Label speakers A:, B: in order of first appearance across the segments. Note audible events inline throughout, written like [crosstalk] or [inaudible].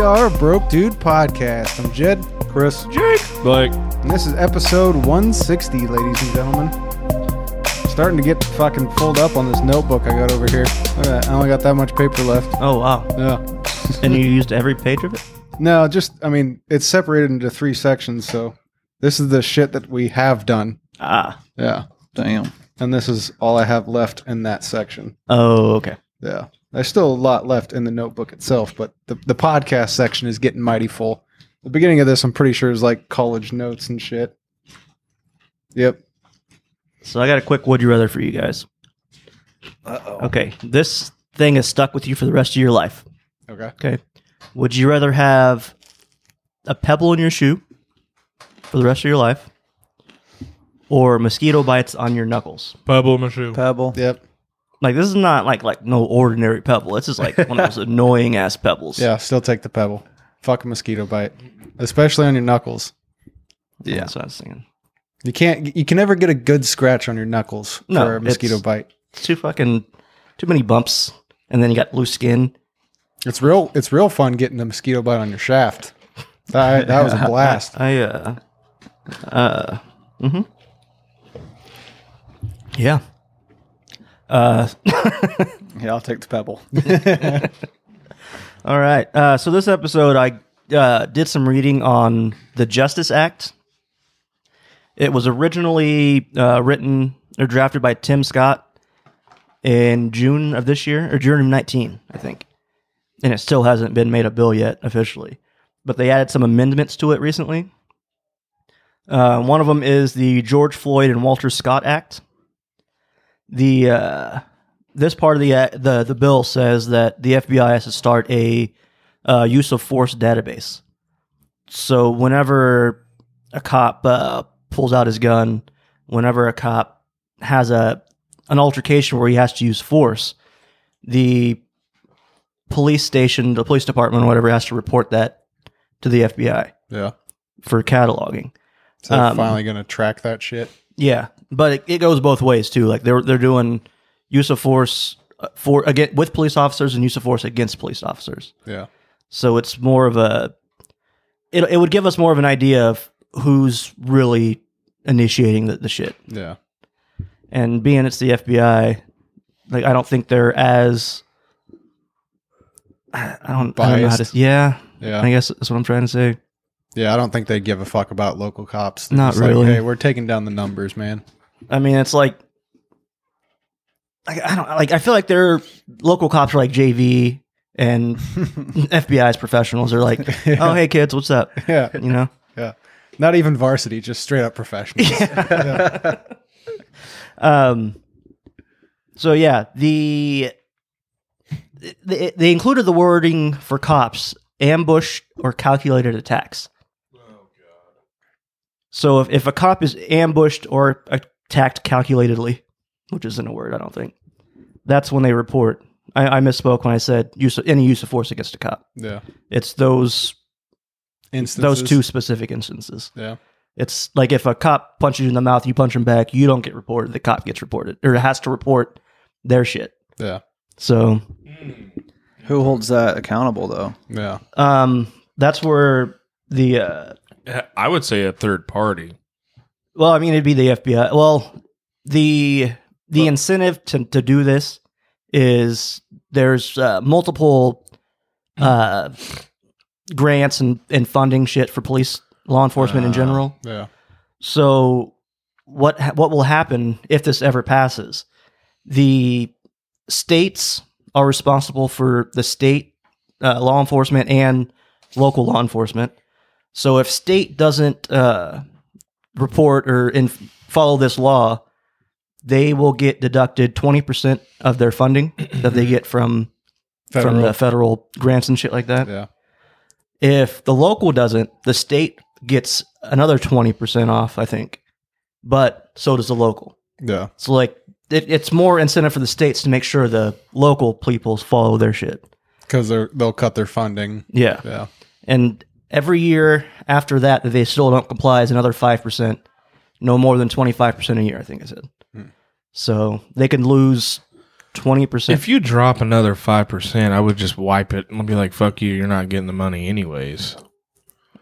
A: Our Broke Dude podcast. I'm Jed. Chris.
B: Jake. Blake.
A: And this is episode 160, ladies and gentlemen. Starting to get fucking pulled up on this notebook I got over here. Look at that. I only got that much paper left.
B: Oh wow!
A: Yeah.
B: and you used every page of it.
A: No, just, I mean, it's separated into three sections. So this is the shit that we have done.
B: Ah.
A: Yeah.
B: Damn.
A: And this is all I have left in that section.
B: Oh okay.
A: Yeah. There's still a lot left in the notebook itself, but the, the podcast section is getting mighty full. The beginning of this, I'm pretty sure, is like college notes and shit. Yep.
B: So I got a quick would you rather for you guys.
A: Uh
B: Okay, this thing is stuck with you for the rest of your life.
A: oh. Okay.
B: Okay. Would you rather have a pebble in your shoe for the rest of your life, or mosquito bites on your knuckles?
C: Pablo Michu.
D: Pebble.
A: Yep.
B: Like this is not like like no ordinary pebble. This is like one of those annoying ass pebbles.
A: Yeah. Still take the pebble. Fuck a mosquito bite, especially on your knuckles.
D: Yeah.
B: That's what I was thinking.
A: You can't. You can never get a good scratch on your knuckles
B: No,
A: for a mosquito
B: it's-
A: bite.
B: Too fucking too many bumps, and then you got loose skin.
A: It's real. It's real fun getting a mosquito bite on your shaft. That, that was a blast.
B: I uh uh mm-hmm. Yeah.
D: [laughs] Yeah, I'll take the pebble.
B: All right. Uh so this episode I uh did some reading on the Justice Act. It was originally uh written or drafted by Tim Scott in June of this year or June of 19, I think. And it still hasn't been made a bill yet officially. But they added some amendments to it recently. Uh, one of them is the George Floyd and Walter Scott Act. The uh, this part of the act- the the bill says that the FBI has to start a uh, use of force database. So whenever a cop uh, pulls out his gun, whenever a cop has a an altercation where he has to use force, the police station, the police department, whatever, has to report that to the FBI
A: Yeah.
B: for cataloging.
A: So they're
B: Um,
A: finally gonna track that shit.
B: Yeah, but it, it goes both ways too. Like they're they're doing use of force uh, for again with police officers and use of force against police officers.
A: Yeah.
B: So it's more of a it it would give us more of an idea of who's really initiating the, the shit.
A: Yeah.
B: And being it's the FBI, like I don't think they're as [sighs] I I don't, I don't know how to
A: Biased.
B: yeah,
A: Yeah.
B: I guess that's what I'm trying to say.
A: Yeah, I don't think they give a fuck about local cops. They're
B: Not
A: just like,
B: really.
A: hey, we're taking down the numbers, man. [laughs]
B: I mean, it's like I, I don't like. I feel like their local cops are like JV and FBI's professionals are like, oh hey kids, what's up?
A: Yeah,
B: You know.
A: yeah. Not even varsity, just straight up professional.
B: Um. So yeah, the they, they included the wording for cops ambush or calculated attacks. So if, if a cop is ambushed or attacked calculatedly, which isn't a word, I don't think, that's when they report. I, I misspoke when I said use of, any use of force against a cop.
A: Yeah.
B: It's those
A: Instances.
B: those two specific instances.
A: Yeah.
B: It's like if a cop punches you in the mouth, you punch him back, you don't get reported. The cop gets reported or has to report their shit.
A: Yeah.
B: So
D: Who holds that accountable though?
A: Yeah.
B: um, that's where the uh,
C: I would say a third party.
B: well, I mean, it'd be the FBI. Well, the the incentive to to do this is there's uh, multiple uh, grants and and funding shit for police law enforcement in
D: Ah.
B: general.
A: Yeah.
B: So what ha- what will happen if this ever passes? The states are responsible for the state uh, law enforcement and local law enforcement. So if state doesn't uh, report or in- follow this law, they will get deducted twenty percent of their funding that they get from from the federal grants and shit like that.
A: yeah.
B: If the local doesn't, the state gets another 20% off, I think. But so does the local.
A: Yeah.
B: So, like, it, it's more incentive for the states to make sure the local peoples follow their shit.
A: Because they'll cut their funding.
B: Yeah.
A: Yeah.
B: And every year after that, that they still don't comply is another 5%,
A: Hmm.
B: no more than 25% a year, I think I said. So they can lose twenty percent.
C: If you drop another five percent, I would just wipe it and be like, "Fuck you! You're not getting the money anyways."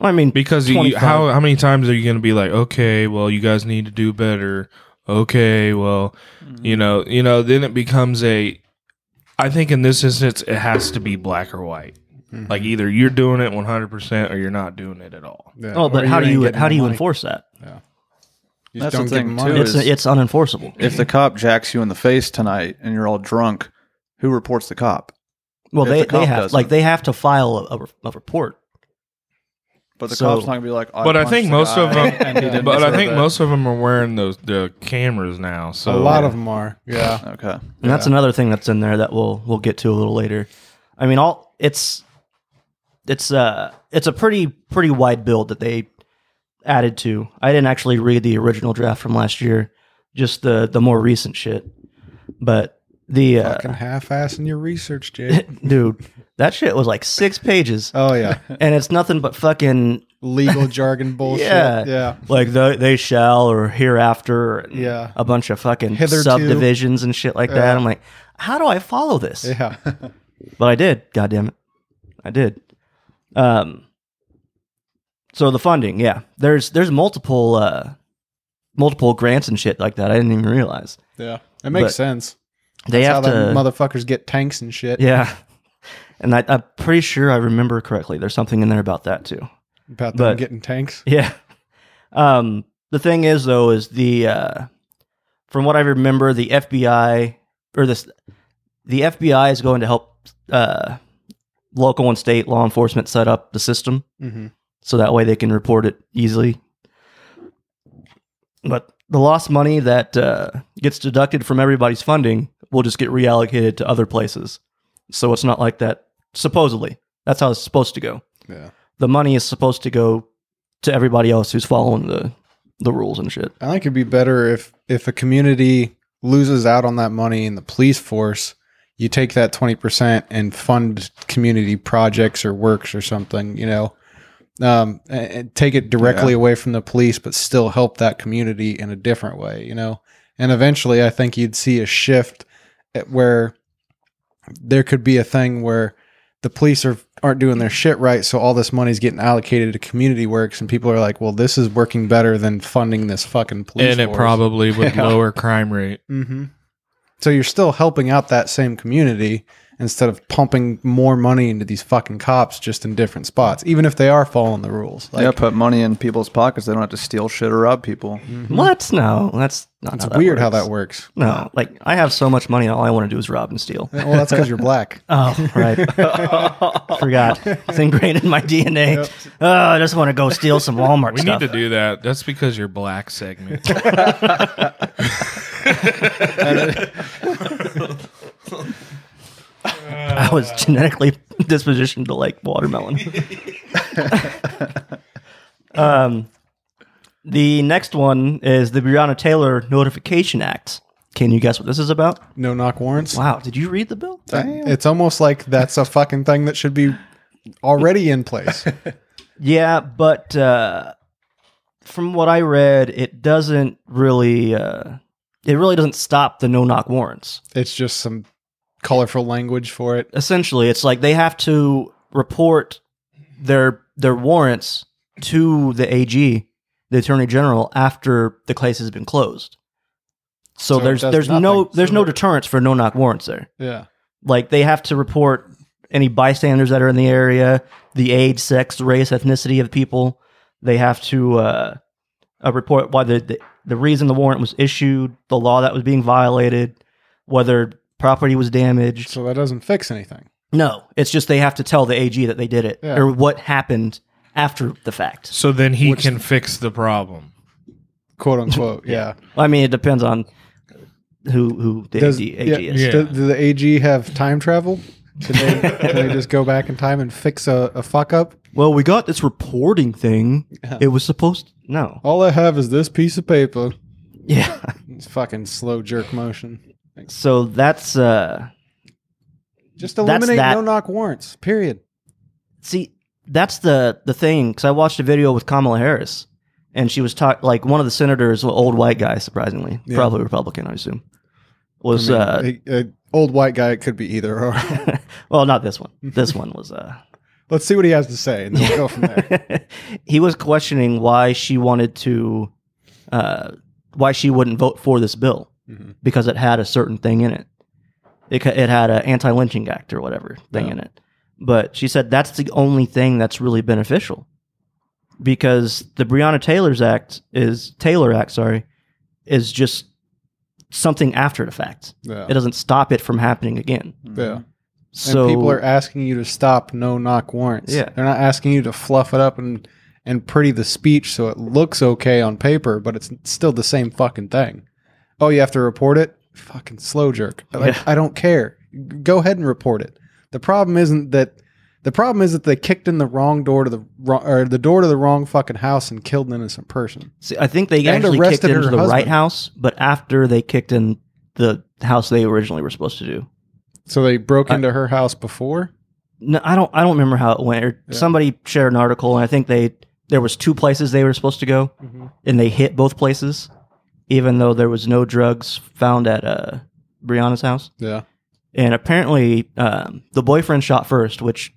B: I mean,
C: Because you,
B: 25.
C: how how many times are you going to be like, "Okay, well, you guys need to do better." Okay, well, you know, you know, then it becomes a. I think in this instance, it has to be black or white.
A: Mm-hmm.
C: Like either you're doing it 100 percent or you're not doing it at all.
A: Yeah,
B: oh,
A: or
B: but how do
A: ain't
B: you
A: getting
B: how
A: the
B: do you
A: money.
B: enforce that?
A: You just
D: That's the
A: don't give them
D: thing,
A: money.
D: too,
B: It's
D: is-
B: it's unenforceable.
D: If the cop jacks you in the face tonight and you're all drunk, who reports the cop?
B: Well,
D: if
B: they,
D: the
B: they
D: cop
B: have
D: doesn't.
B: like they have to file a, a, re- a report.
D: But the
B: So-
D: cop's not gonna be like.
C: But I
D: punched
C: think
D: the
C: most
D: guy
C: of them-
D: [laughs] and he didn't
C: But I
D: deserve
C: think
D: it."
C: most of them are wearing those the cameras now.
A: a
C: So
A: lot of them
B: [laughs]
A: are. Yeah.
D: Okay.
B: And that's another thing that's in there that we'll we'll get to a little later. I mean, all it's it's uh it's a pretty pretty wide build that they added to. I didn't actually read the original draft from last year, just the the more recent shit. But the uh,
A: Fucking half-ass in your research, Jake.
B: [laughs] dude, that shit was like six pages,
D: Uh,
A: oh yeah,
B: and it's nothing but fucking
A: legal jargon bullshit.
B: Yeah.
A: Yeah. yeah.
B: like the, they shall or hereafter, and
A: Yeah.
B: a bunch of fucking
A: Hitherto.
B: subdivisions and shit like that. I'm like, how do I follow this? [laughs] But I did. God damn it, I did. Um. So the funding, yeah. There's there's multiple uh, multiple grants and shit like that. I didn't even realize
A: Yeah. It makes
B: But
A: sense.
B: they
A: That's how
B: have to.
A: them motherfuckers get tanks and shit.
B: yeah. And I, I'm pretty sure I remember correctly. There's something in there about that too.
A: About them
B: But-
A: getting tanks.
B: [laughs] Yeah. Um, the thing is, though, is the uh, from what I remember, the FBI or this the FBI is going to help uh, local and state law enforcement set up the system
A: Mm-hmm.
B: so that way they can report it easily. But the lost money that uh, gets deducted from everybody's funding will just get reallocated to other places. So it's not like that. Supposedly, that's how it's supposed to go
A: Yeah.
B: the money is supposed to go to everybody else who's following the the rules and shit.
A: I think it'd be better if if a community loses out on that money in the police force, you take that twenty percent and fund community projects or works or something, you know, um, and, and take it directly away from the police, but still help that community in a different way, you know. And eventually, I think you'd see a shift at where there could be a thing where the police are aren't doing their shit right, so all this money's getting allocated to community works, and people are like, "Well, this is working better than funding this fucking police."
C: and it
A: force." [laughs]
C: probably would lower crime rate.
A: Mm-hmm. So you're still helping out that same community instead of pumping more money into these fucking cops just in different spots, even if they are following the rules. Like,
D: yeah, put money in people's pockets. They don't have to steal shit or rob people.
C: Mm-hmm.
B: What? No, that's not.
A: it's
B: how that
A: Mm-hmm. weird how
B: works.
A: that works.
B: No, like I have so much money, all I want to do is rob
A: [laughs]
B: and steal.
A: Well, that's because
B: [laughs]
A: you're black.
B: Oh, right.
C: [laughs]
B: Forgot. It's ingrained in my DNA. Oh, I just want to go steal some Walmart
C: We
B: stuff.
C: need to do that. That's because you're black segment.
B: I
C: [laughs]
B: was genetically dispositioned to like watermelon. um, the next one is the Breonna Taylor Notification Act. Can you guess what this is about?
A: No knock warrants.
B: Wow, did you read the bill?
C: Uh,
A: It's almost like that's a fucking thing that should be already in place.
B: Yeah, but uh, from what I read, it doesn't really. Uh, it really doesn't stop the no knock warrants.
A: It's just some colorful language for it.
B: Essentially, it's like they have to report their their warrants to the AG, the Attorney General, after the case has been closed. So,
A: So it
B: there's
A: does
B: there's no
A: nothing.
B: there's
A: So
B: no
A: there-
B: deterrence for no knock warrants there.
A: Yeah.
B: Like they have to report any bystanders that are in the area, the age, sex, race, ethnicity of people. They have to uh, uh, report why the, the the reason the warrant was issued, the law that was being violated, whether property was damaged.
A: So that doesn't fix anything.
B: No, it's just they have to tell the AG that they did it
A: Yeah.
B: or what happened after the fact.
C: [laughs] so then he can fix the problem.
A: Quote unquote.
B: [laughs]
A: Yeah.
B: I mean, it depends on who who the
A: Does-
B: AG,
A: yeah,
B: is.
C: yeah.
A: Do, do the AG have time travel? Can they, can they just go back in time and fix a, a fuck up?
B: Well, we got this reporting thing. It was supposed no.
A: All I have is this piece of paper.
B: [laughs] Yeah.
A: It's fucking slow jerk motion.
B: So that's uh
A: Just
B: That's
A: eliminate
B: that-
A: no knock warrants. Period.
B: see that's the the thing because I watched a video with Kamala Harris and she was talk like one of the senators, an old white guy, surprisingly,
A: Yeah.
B: probably Republican, I assume.
A: I
B: was
A: mean,
B: uh,
A: a- a old white guy. It could be either or. [laughs]
B: well, not this one. This one was uh,
A: Let's see what he has to say, and then we'll go from there.
B: [laughs] he was questioning why she wanted to, uh, why she wouldn't vote for this bill
A: Mhm.
B: because it had a certain thing in it. It, ca- it had an anti lynching act or whatever thing in it. But she said that's the only thing that's really beneficial because the Breonna Taylor's Act is Taylor Act, sorry, is just something after the fact.
A: Yeah.
B: It doesn't stop it from happening again.
D: Mm-hmm.
A: yeah.
B: So
A: and people are asking you to stop no knock warrants.
B: Yeah.
A: They're not asking you to fluff it up and and pretty the speech so it looks okay on paper, but it's still the same fucking thing. Oh, you have to report it? Fucking slow jerk. Like,
B: Yeah.
A: I don't care. Go ahead and report it. The problem isn't that the problem is that they kicked in the wrong door to the wrong or the door to the wrong fucking house and killed an innocent person.
B: See, I think they
A: And
B: actually kicked
A: arrested
B: into
A: her
B: the right
A: husband.
B: house, but after they kicked in the house they originally were supposed to do.
A: So they broke
B: I-
A: into her house before?
B: No, I don't. I don't remember how it went. Or
A: Yeah.
B: Somebody shared an article, and I think they there was two places they were supposed to go,
A: Mm-hmm.
B: and they hit both places, even though there was no drugs found at uh, Brianna's house.
A: Yeah.
B: And apparently, um, the boyfriend shot first. Which,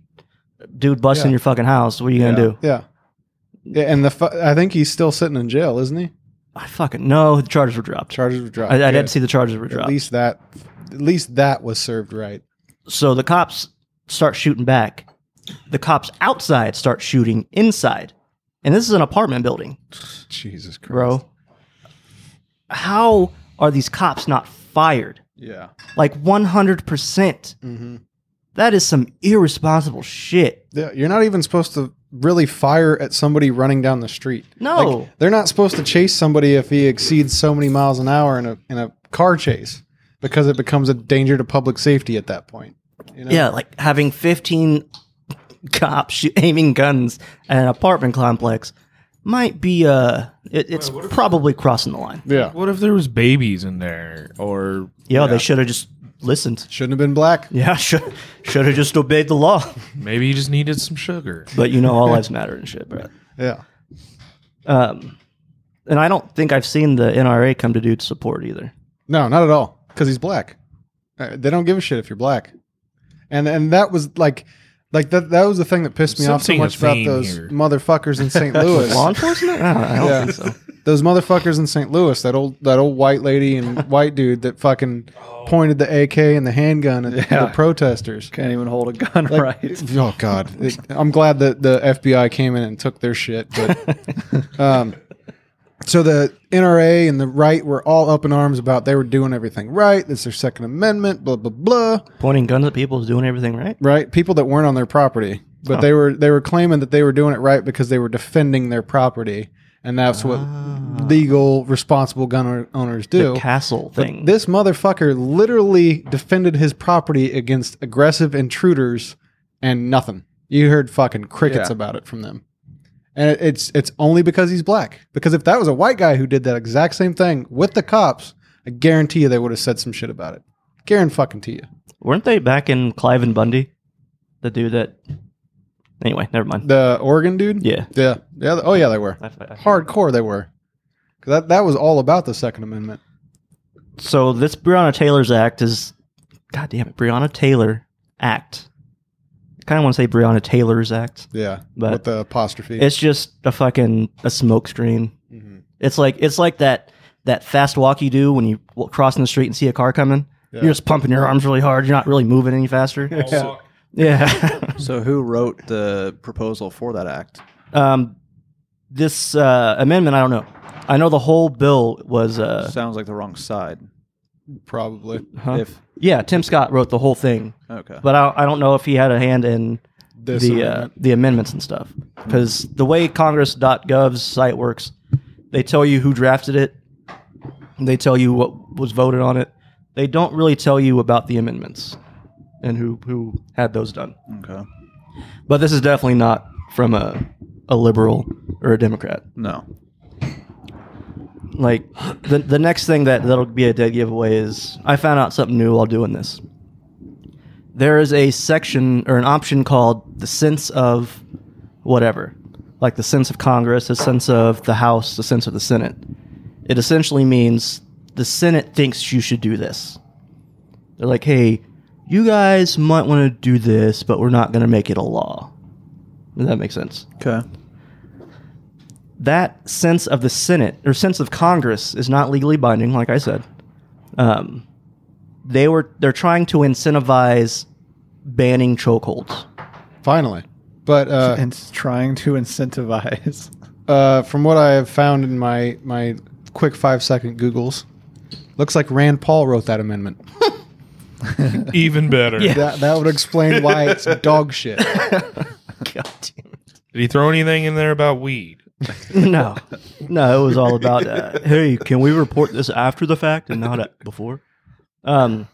B: dude, busting
A: Yeah.
B: your fucking house? What are you gonna do?
A: Yeah. Yeah, and the fu- I think he's still sitting in jail, isn't he?
B: I fucking no. The charges were dropped.
A: Charges were dropped.
B: I, I
A: Good.
B: did see the charges were
A: At
B: dropped.
A: least that, at least that was served right.
B: So the cops start shooting back. The cops outside start shooting inside. And this is an apartment building,
A: Jesus Christ,
B: bro. How are these cops not fired?
A: Yeah.
B: Like 100%.
A: Mm-hmm.
B: That is some irresponsible shit.
A: yeah. You're not even supposed to really fire at somebody running down the street.
B: No.
A: Like, they're not supposed to chase somebody if he exceeds so many miles an hour in a in a car chase because it becomes a danger to public safety at that point. You know?
B: yeah, like having 15 cops [laughs] sh- aiming guns at an apartment complex might be, uh, it, it's probably crossing the line.
A: Yeah.
C: What if there was babies in there or
B: Yo, they should have just listened.
A: Shouldn't have been black.
B: Yeah, [laughs] should should have just obeyed the law.
C: maybe you just needed some sugar?
B: [laughs] But you know, all lives matter and shit, bro.
A: Yeah.
B: Um, and I don't think I've seen the NRA come to dude support either.
A: No, not at all. Because he's black. Uh, they don't give a shit if you're black. And and that was like, like that that was the thing that pissed me
C: I'm
A: off so
C: sensing a
A: much about
C: theme
A: those
C: here.
A: motherfuckers in
C: [laughs]
A: St. Louis.
B: Law enforcement? I don't, I don't
A: Yeah.
B: think so.
A: those motherfuckers in St. Louis, that old that old white lady
B: [laughs]
A: and white dude that fucking
B: Oh.
A: pointed the AK and the handgun at
D: Yeah.
A: the protesters.
D: Can't even hold a gun
A: [laughs] Like,
D: right.
A: Oh God, It- I'm glad that the FBI came in and took their shit. But
D: [laughs]
A: um, so the NRA and the right were all up in arms about they were doing everything right. It's their Second Amendment. Blah blah blah.
B: Pointing guns at people is doing everything right.
A: Right, people that weren't on their property, but
B: Oh.
A: they were they were claiming that they were doing it right because they were defending their property, and that's what legal responsible gun owners do.
B: Ah. The castle
A: But
B: thing.
A: This motherfucker literally defended his property against aggressive intruders and nothing. You heard fucking crickets
D: Yeah.
A: about it from them. And it- it's it's only because he's black. Because if that was a white guy who did that exact same thing with the cops, I guarantee you they would have said some shit about it. Guarantee fucking to you.
B: Weren't they back in Clive and Bundy? The dude that. Anyway, never mind.
A: The Oregon dude?
B: Yeah.
A: Yeah. Yeah. Oh yeah, they were.
B: I- I-
A: Hardcore they were. 'Cause That that was all about the Second Amendment.
B: So this Breonna Taylor's Act is. God damn it. Breonna Taylor Act. I kind of want to say Breonna Taylor's Act.
A: Yeah.
B: But-
A: with the apostrophe.
B: It's just a fucking a smoke screen.
A: Mhm.
B: It's like it's like that that fast walk you do when you w- crossing the street and see a car coming.
A: Yeah.
B: You're just pumping your arms really hard. You're not really moving any faster.
A: [laughs] Yeah.
B: [laughs] yeah.
D: So, who wrote the proposal for that act?
B: um, this uh, amendment, I don't know. I know the whole bill was. Uh,
D: Sounds like the wrong side.
A: Probably.
B: huh?
D: If
B: yeah, Tim Scott wrote the whole thing,
D: okay,
B: but I, I don't know if he had a hand in
A: This
B: the
A: amendment.
B: uh, the amendments and stuff because the way congress.gov's site works they tell you who drafted it they tell you what was voted on it they don't really tell you about the amendments and who who had those done
D: okay,
B: but this is definitely not from a a liberal or a democrat
D: no,
B: like the the next thing that that'll be a dead giveaway is I found out something new while doing this. There is a section or an option called the sense of whatever, like the sense of Congress, the sense of the House, the sense of the Senate. It essentially means the Senate thinks you should do this. They're like, hey, you guys might want to do this, but we're not going to make it a law. Does that make sense?
D: Okay.
B: that sense of the Senate or sense of Congress is not legally binding, like I said. Um, they were they're trying to incentivize banning chokeholds.
A: Finally. But uh,
D: and s- trying to incentivize.
A: uh, from what I have found in my my quick five second Googles, looks like Rand Paul wrote that amendment.
C: [laughs] Even better.
A: That that would explain why
B: [laughs]
A: it's dog shit.
B: [laughs] God damn
C: Did he throw anything in there about weed?
B: it. [laughs] No, no, it was all about uh, hey, can we report this after the fact and not at, before? Um,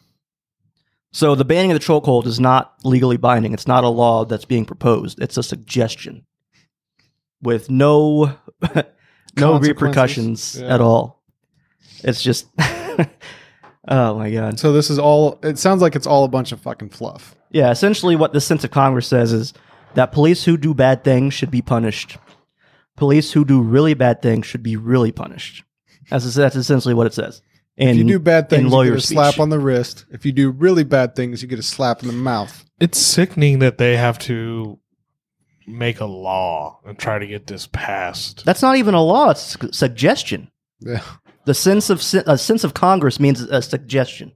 B: so the banning of the chokehold is not legally binding. It's not a law that's being proposed. It's a suggestion with no [laughs] no
A: Consequences.
B: repercussions
A: Yeah.
B: at all. It's just [laughs] oh my god.
A: So this is all. It sounds like it's all a bunch of fucking fluff.
B: Yeah, essentially what the sense of Congress says is that police who do bad things should be punished. Police who do really bad things should be really punished. That's, that's essentially what it says. And
A: If you do bad
B: in
A: things, you
B: lawyer
A: get a
B: speech.
A: slap on the wrist. If you do really bad things, you get a slap in the mouth.
C: It's sickening that they have to make a law and try to get this passed.
B: That's not even a law. It's a suggestion.
A: Yeah.
B: The sense of a sense of Congress means a suggestion.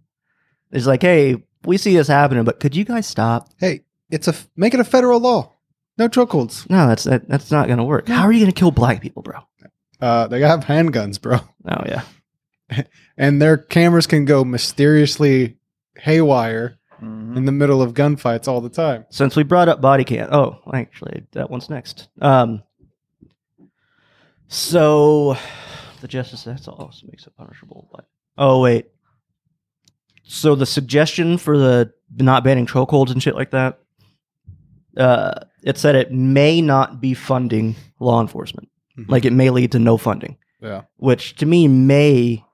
B: It's like, hey, we see this happening, but could you guys stop?
A: Hey, it's a make it a federal law. No chokeholds.
B: No, that's that, that's not going to work. How are you going to kill black people, bro?
A: Uh, they have [laughs] handguns, bro,
B: Oh yeah,
A: and their cameras can go mysteriously haywire
D: Mhm.
C: Mm-hmm.
A: in the middle of gunfights all the time.
B: since we brought up body cam oh actually that one's next um so the justice that's also makes it punishable but oh wait so the suggestion for the not banning chokeholds and shit like that uh it said it may not be funding law enforcement
A: Mhm.
B: like it may lead to no funding
A: Yeah.
B: which to me may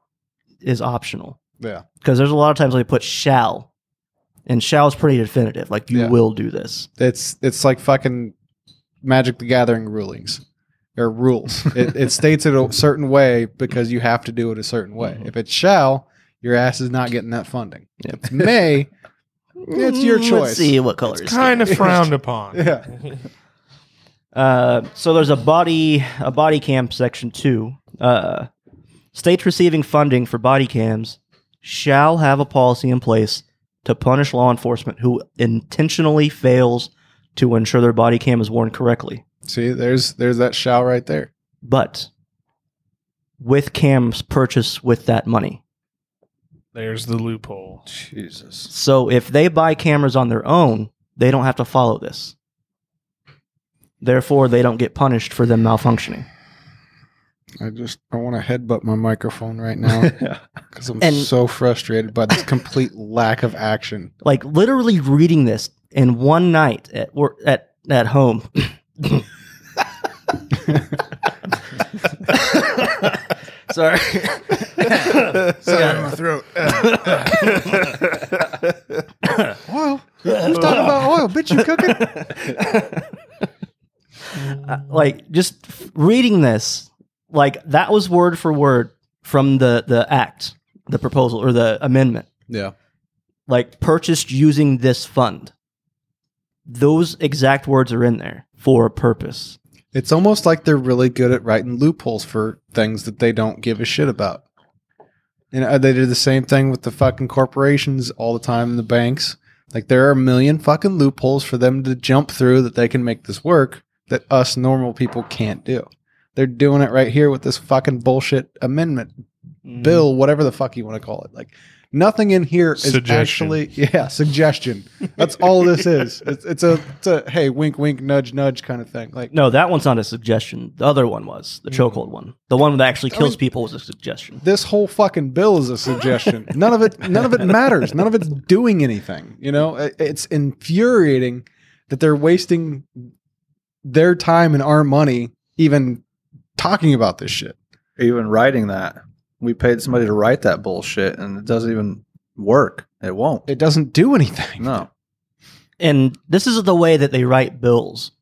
B: is optional
A: Yeah.
B: because there's a lot of times they put shall and shall is pretty definitive like you
A: Yeah.
B: will do this
A: It's it's like fucking Magic the Gathering rulings or
B: [laughs]
A: rules. it, it states it a certain way because you have to do it a certain way.
B: Mhm.
A: If it shall, your ass is not getting that funding.
B: Yep.
A: If it's May, It's your
B: Mm,
A: choice.
B: Let's see what color is
C: Kind of
A: [laughs]
C: frowned upon.
A: Yeah.
B: Uh, so there's a body a body cam section too. Uh, states receiving funding for body cams shall have a policy in place to punish law enforcement who intentionally fails to ensure their body cam is worn correctly.
A: see, there's there's that shall right there.
B: But with cams purchased with that money.
C: There's
A: [laughs]
C: the loophole.
D: Jesus.
B: So if they buy cameras on their own, they don't have to follow this. Therefore, they don't get punished for them malfunctioning.
A: I just I want to headbutt my microphone right [laughs] now because I'm
B: And-
A: so frustrated by this complete lack of action.
B: like literally reading this in one night at work at at home. [laughs] Sorry.
A: Sorry, my [laughs] throat. oil. Let's talk about oil, bitch. You cooking?
B: like just f- reading this, like that was word for word from the the act, the proposal or the amendment,
A: Yeah.
B: like purchased using this fund. Those exact words are in there for a purpose.
A: [laughs] It's almost like they're really good at writing loopholes for things that they don't give a shit about. And uh, they did the same thing with the fucking corporations all the time in the banks. Like there are a million fucking loopholes for them to jump through that they can make this work that us normal people can't do. They're doing it right here with this fucking bullshit amendment Mm-hmm. bill, whatever the fuck you want to call it. Like nothing in here is
C: Suggestion.
A: actually yeah suggestion. That's all this is. It's, it's a it's a hey wink wink nudge nudge kind of thing. Like
B: No, that one's not a suggestion. The other one was the chokehold one. The one that actually kills people was a suggestion.
A: this whole fucking bill is a suggestion. none of it, none of it matters. None of it's doing anything. You know, I- it's infuriating that they're wasting their time and our money even talking about this shit.
D: Even writing that, we paid somebody to write that bullshit, and it doesn't even work. It won't.
A: It doesn't do anything.
D: No.
B: And this is the way that they write bills.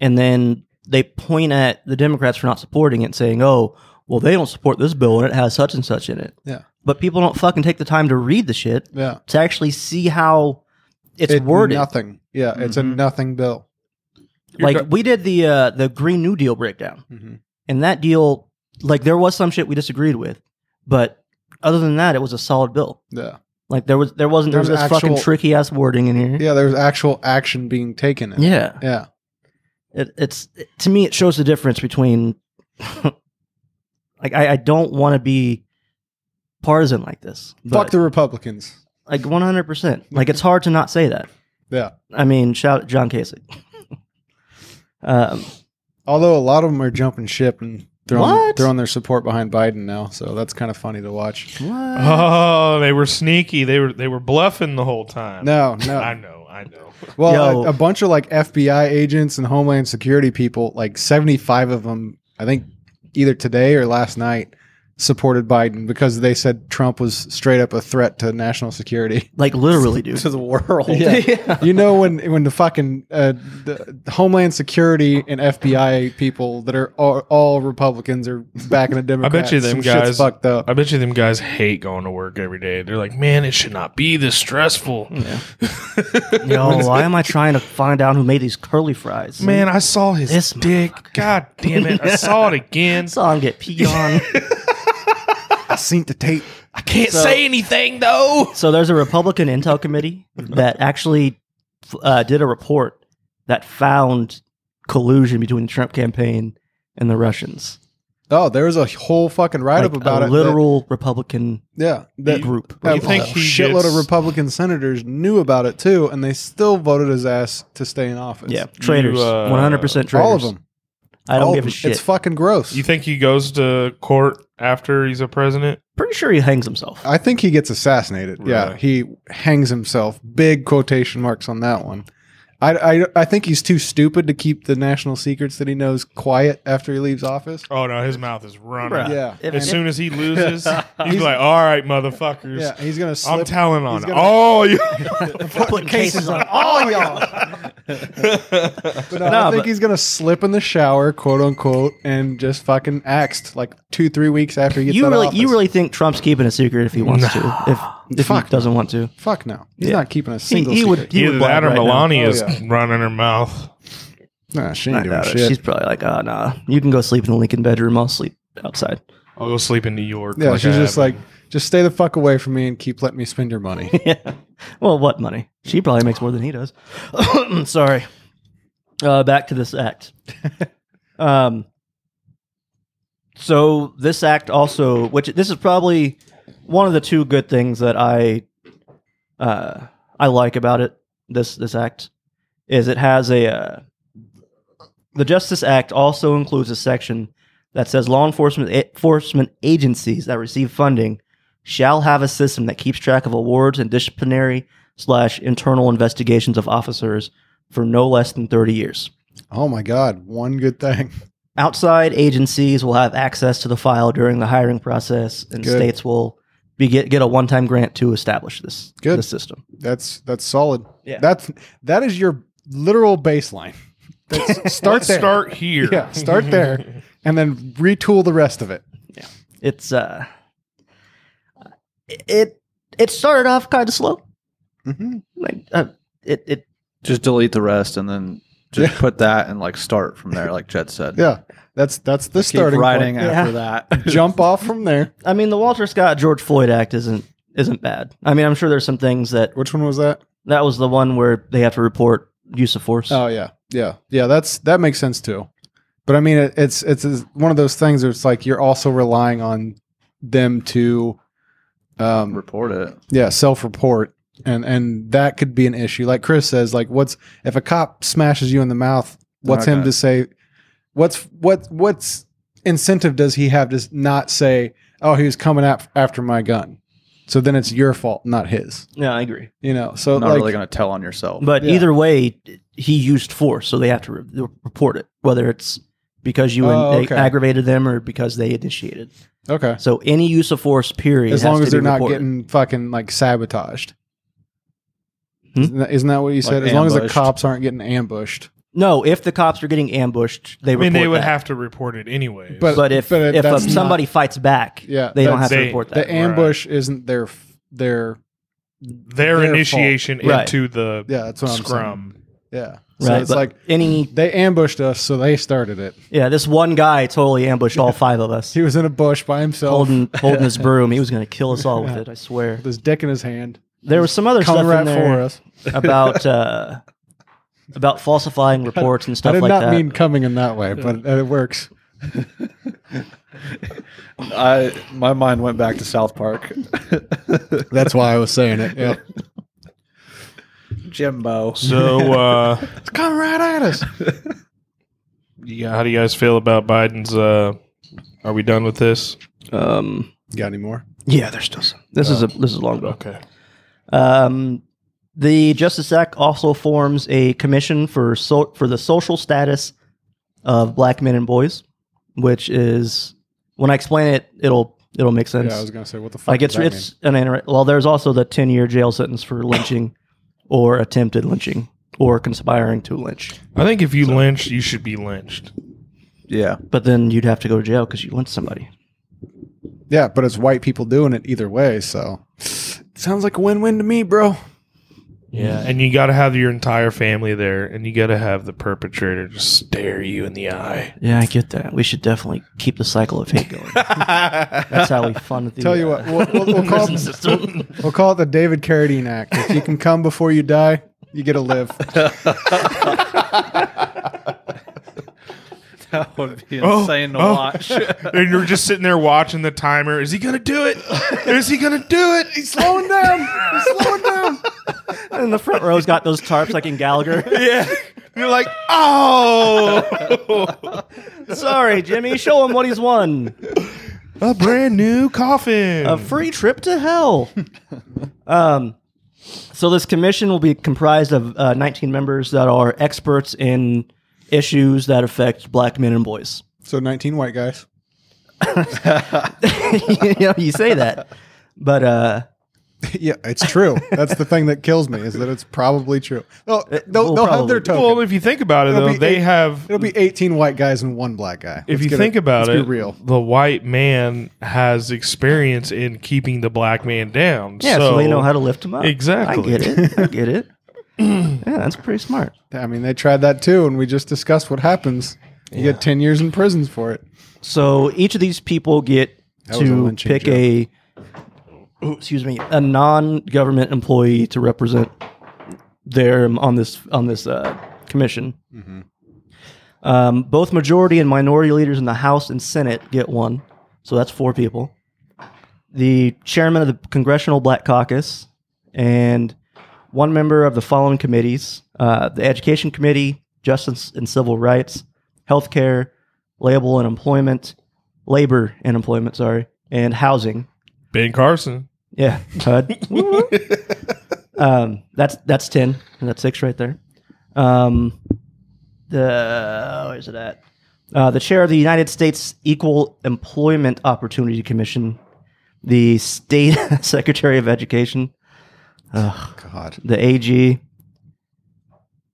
B: And then they point at the Democrats for not supporting it, saying, oh, well, they don't support this bill and it has such and such in it.
A: Yeah.
B: but people don't fucking take the time to read the shit
A: Yeah.
B: to actually see how it's
A: It-
B: worded.
A: Nothing. Yeah. It's a
D: Mhm.
A: nothing bill.
C: You're
B: Like
C: go-
B: we did the uh, the Green New Deal breakdown,
A: Mhm.
B: and that deal, like there was some shit we disagreed with, but other than that, it was a solid bill.
A: Yeah.
B: Like there was there wasn't there was
A: There's
B: this fucking
A: actual-
B: tricky ass wording in here.
A: Yeah. There's actual action being taken. In it.
B: Mm-hmm. Yeah.
A: Yeah.
B: It, it's to me, it shows the difference between [laughs] like I, I don't want to be partisan like this.
A: Fuck the Republicans.
B: like one hundred percent. Like it's hard to not say that.
A: Yeah.
B: I mean, shout at John Kasich. [laughs] um,
A: Although a lot of them are jumping ship and throwing
B: What?
A: throwing their support behind Biden now, so that's kind of funny to watch.
C: Oh, they were sneaky. They were they were bluffing the whole time.
A: No,
C: I
B: [laughs]
A: no.
C: know, I know.
A: Well,
B: Yo.
A: a, a bunch of like FBI agents and Homeland Security people, like seventy five of them, I think, either today or last night, supported Biden because they said Trump was straight up a threat to national security.
B: like literally,
A: [laughs]
B: dude.
D: to the world.
A: Yeah. [laughs] you know when when the fucking uh, the the Homeland Security and FBI people that are all, all Republicans are backing a
C: [laughs] I
A: Democrat.
C: bet you them
A: some shit's
C: guys-
A: fucked up.
C: I bet you them guys hate going to work every day. They're like, man, it should not be this stressful.
A: [laughs]
B: Yo, why am I trying to find out who made these curly fries?
C: Man, I saw his
B: This
C: dick. God damn it. I saw
B: [laughs]
C: it again.
B: saw him get peed
A: [laughs]
B: on.
A: I seen the tape.
C: I can't
B: So-
C: say anything though.
B: so there's a Republican Intel committee that actually uh, did a report that found collusion between the Trump campaign and the Russians.
A: Oh, there was a whole fucking write
B: Like
A: up about
B: a
A: it. that-
B: literal Republican
A: yeah, that
B: group.
A: a
C: You think he
A: shitload
C: gets-
A: of Republican senators knew about it too, and they still voted his ass to stay in office.
B: yeah, traitors,
C: You, uh,
B: one hundred percent traitors.
A: all of them.
B: I don't
A: All of
B: give a
A: them.
B: shit.
A: It's fucking gross.
C: You think he goes to court after he's a president?
B: Pretty sure he hangs himself.
A: I think he gets assassinated. Yeah,
C: Really?
A: he hangs himself. Big quotation marks on that one. I, I, I think he's too stupid to keep the national secrets that he knows quiet after he leaves office.
C: Oh no, his mouth is running.
B: Bruh.
A: Yeah.
B: If-
C: As
B: if-
C: soon as he
A: [laughs]
C: loses, he's
A: He's-
C: like, "All right, motherfuckers,
A: Yeah, he's gonna slip.
C: I'm telling on
A: he's gonna- [laughs]
C: all you."
B: putting cases on
A: all y'all.
B: [laughs]
A: But no,
B: No,
A: I think
B: but-
A: he's gonna slip in the shower, quote unquote, and just fucking axed like two, three weeks after he gets
B: You
A: out
B: really,
A: of office.
B: you really think Trump's keeping a secret if he wants to? If, if
A: Fuck
B: he doesn't want to,
A: fuck no. He's
B: Yeah.
A: not keeping a single.
B: he would-
A: secret.
B: he
C: Either
B: would
C: that
B: blab
C: or
B: right now.
C: Melania's
A: Oh, yeah.
C: running her mouth.
A: Nah, she
B: I
A: ain't doing
B: doubt it.
A: shit.
B: she's probably like, oh, nah, you can go sleep in the Lincoln bedroom. I'll sleep outside.
C: I'll go sleep in New York.
A: yeah, she's
C: I
A: just like,
C: haven't.
A: just stay the fuck away from me and keep letting me spend your money. [laughs]
B: [laughs] yeah. Well, what money? She probably makes more than he does. [coughs] Sorry. Uh, back to this act. um, so this act also, which this is probably one of the two good things that I uh, I like about it. This this act is it has a uh, the Justice Act also includes a section that says law enforcement eh, enforcement agencies that receive funding shall have a system that keeps track of awards and disciplinary slash internal investigations of officers for no less than 30 years.
A: oh my god, one good thing.
B: Outside agencies will have access to the file during the hiring process, and
A: Good.
B: states will be get, get a one time grant to establish this,
A: Good.
B: this system.
A: That's that's solid.
B: Yeah.
A: that's that is your literal baseline. [laughs] That's,
C: [laughs]
A: start
C: Let's
A: there.
C: start here.
A: [laughs] Yeah, start
C: [laughs]
A: there, and then retool the rest of it.
B: It's, uh, it, it started off kind of slow.
A: Mhm.
B: Like, uh, it, it,
D: Just delete the rest and then just
A: Yeah.
D: put that and like start from there, like Jed said.
A: Yeah, that's that's the
D: Keep
A: starting [laughs]
D: writing
A: point.
D: after [laughs] that.
A: Jump off from there.
B: I mean, the Walter Scott George Floyd Act isn't, isn't bad. I mean, I'm sure there's some things that
A: Which one was that?
B: That was the one where they have to report use of force.
A: Oh yeah, yeah, yeah. That's that makes sense too. But I mean, it, it's it's it's one of those things where it's like you're also relying on them to, um,
D: Report it.
A: yeah, self-report, and and that could be an issue. Like Chris says, like what's if a cop smashes you in the mouth? What's him
D: Okay.
A: to say? What's what what's incentive does he have to s- not say? Oh, he was coming af- after my gun. So then it's your fault, not his.
B: yeah, I agree.
A: You know. So
D: Not
A: like,
D: really going to tell on yourself.
B: But
A: Yeah.
B: either way, he used force, so they have to re- report it, whether it's because you
A: Oh,
B: in-
A: okay.
B: aggravated them or because they initiated.
A: okay.
B: So any use of force, period,
A: as
B: has
A: long
B: to
A: as they're
B: be
A: not
B: reported.
A: getting fucking like sabotaged.
B: Hmm?
A: Isn't, that, isn't that what you said? as long as the
D: ambushed.
A: cops aren't getting ambushed.
B: No, if the cops are getting ambushed, they
C: I mean, they
B: report
C: would
B: that.
C: have to report it anyway.
A: But-
B: But if
A: But it-
B: if uh,
A: that's not-
B: somebody fights back,
A: Yeah,
B: they don't
A: that's-
B: have to
C: They-
B: report
A: The
B: that.
A: ambush isn't their f- their
C: their,
A: their
C: initiation
B: fault. Right.
C: into the
A: yeah. That's what I'm saying.
C: scrum.
A: Yeah, so
B: right?
A: it's
B: but
A: like
B: any
A: they ambushed us, so they started it.
B: yeah, this one guy totally ambushed all five of us,
A: [laughs] He was in a bush by himself,
B: holding
A: [laughs]
B: holding his broom. He was going to kill us all with it. I swear.
A: with his dick in his hand,
B: There was some other
A: coming
B: stuff
A: right for
B: in there
A: us.
B: about uh, about falsifying reports and
A: I
B: stuff
A: did
B: like
A: not
B: that.
A: mean coming in that way, but it works.
D: I my mind went back to South Park. [laughs]
A: That's why I was saying it.
B: [laughs]
A: Yeah.
D: Jimbo.
A: [laughs]
C: So, uh,
A: it's coming right at us.
C: [laughs] yeah, how do you guys feel about Biden's? Uh, are we done with this?
B: um,
A: Got any more?
B: yeah, there's still some. This is a this is a long bill.
C: Okay.
B: Um, the Justice Act also forms a commission for so, for the social status of black men and boys, which is when I explain it, it'll it'll make sense.
A: Yeah, I was gonna say what the fuck.
B: like it's
A: does that
B: it's an inter- well. There's also the ten year jail sentence for lynching, or attempted lynching, or conspiring to lynch.
C: I think if you lynched, you should be lynched.
D: Yeah.
B: But then you'd have to go to jail because you lynched somebody.
A: mean? yeah, but it's white people doing it either way. So sounds like a win-win to me, bro.
C: Yeah, and you got to have your entire family there, and you got to have the perpetrator just stare you in the eye.
B: Yeah, I get that. We should definitely keep the cycle of hate going. That's how we fund the.
A: Tell you
B: uh,
A: what, we'll, we'll, we'll
B: [laughs]
A: call
B: prison
A: it,
B: system.
A: we'll call it the David Carradine Act. If you can come before you die, you get to
B: [laughs]
A: live.
D: That [laughs] would be
C: Oh,
D: insane to
C: oh.
D: watch.
C: [laughs] and you're just sitting there watching the timer. Is he gonna do it? Is he gonna do it? He's slowing down. He's slowing down.
B: And the front row's got those tarps like in Gallagher.
C: Yeah. You're like, oh,
B: [laughs] Sorry, Jimmy, show him what he's won.
C: a brand new coffin.
B: A free trip to hell. Um, so this commission will be comprised of uh, 19 members that are experts in issues that affect black men and boys. [laughs]
A: So 19 white guys.
B: you know, you say that, but uh,
A: yeah, it's true. That's the thing that kills me is that it's probably true. They'll, they'll,
B: will
A: they'll have
B: probably
A: their
B: be.
A: token.
C: well, if you think about it,
A: It'll
C: though,
A: be
C: they
A: eight-
C: have.
A: It'll be 18 white guys and one black guy.
C: if
A: Let's
C: you
A: get
C: think about
A: let's
C: it,
A: be real.
C: the white man has experience in keeping the black man down.
B: yeah, so, they know how to lift him up.
C: Exactly.
B: I get it. I get it. yeah, that's pretty smart.
A: I mean, they tried that too, and we just discussed what happens. You get 10 years in prison for it.
B: So each of these people get
A: was a
B: to
A: lynching
B: pick a ooh, excuse me a non-government employee to represent their on this on this uh, commission.
A: Mm-hmm.
B: Um, both majority and minority leaders in the House and Senate get one, so that's four people. The chairman of the Congressional Black Caucus and one member of the following committees: uh, the Education Committee, Justice and Civil Rights, Healthcare, Labor and Employment, Labor and Employment, sorry, and Housing.
C: Ben Carson.
B: Yeah, HUD. um, that's that's ten, and that's six right there. Um, the where's it at? Uh, the chair of the United States Equal Employment Opportunity Commission, the state [laughs] secretary of education,
A: God.
B: the AG,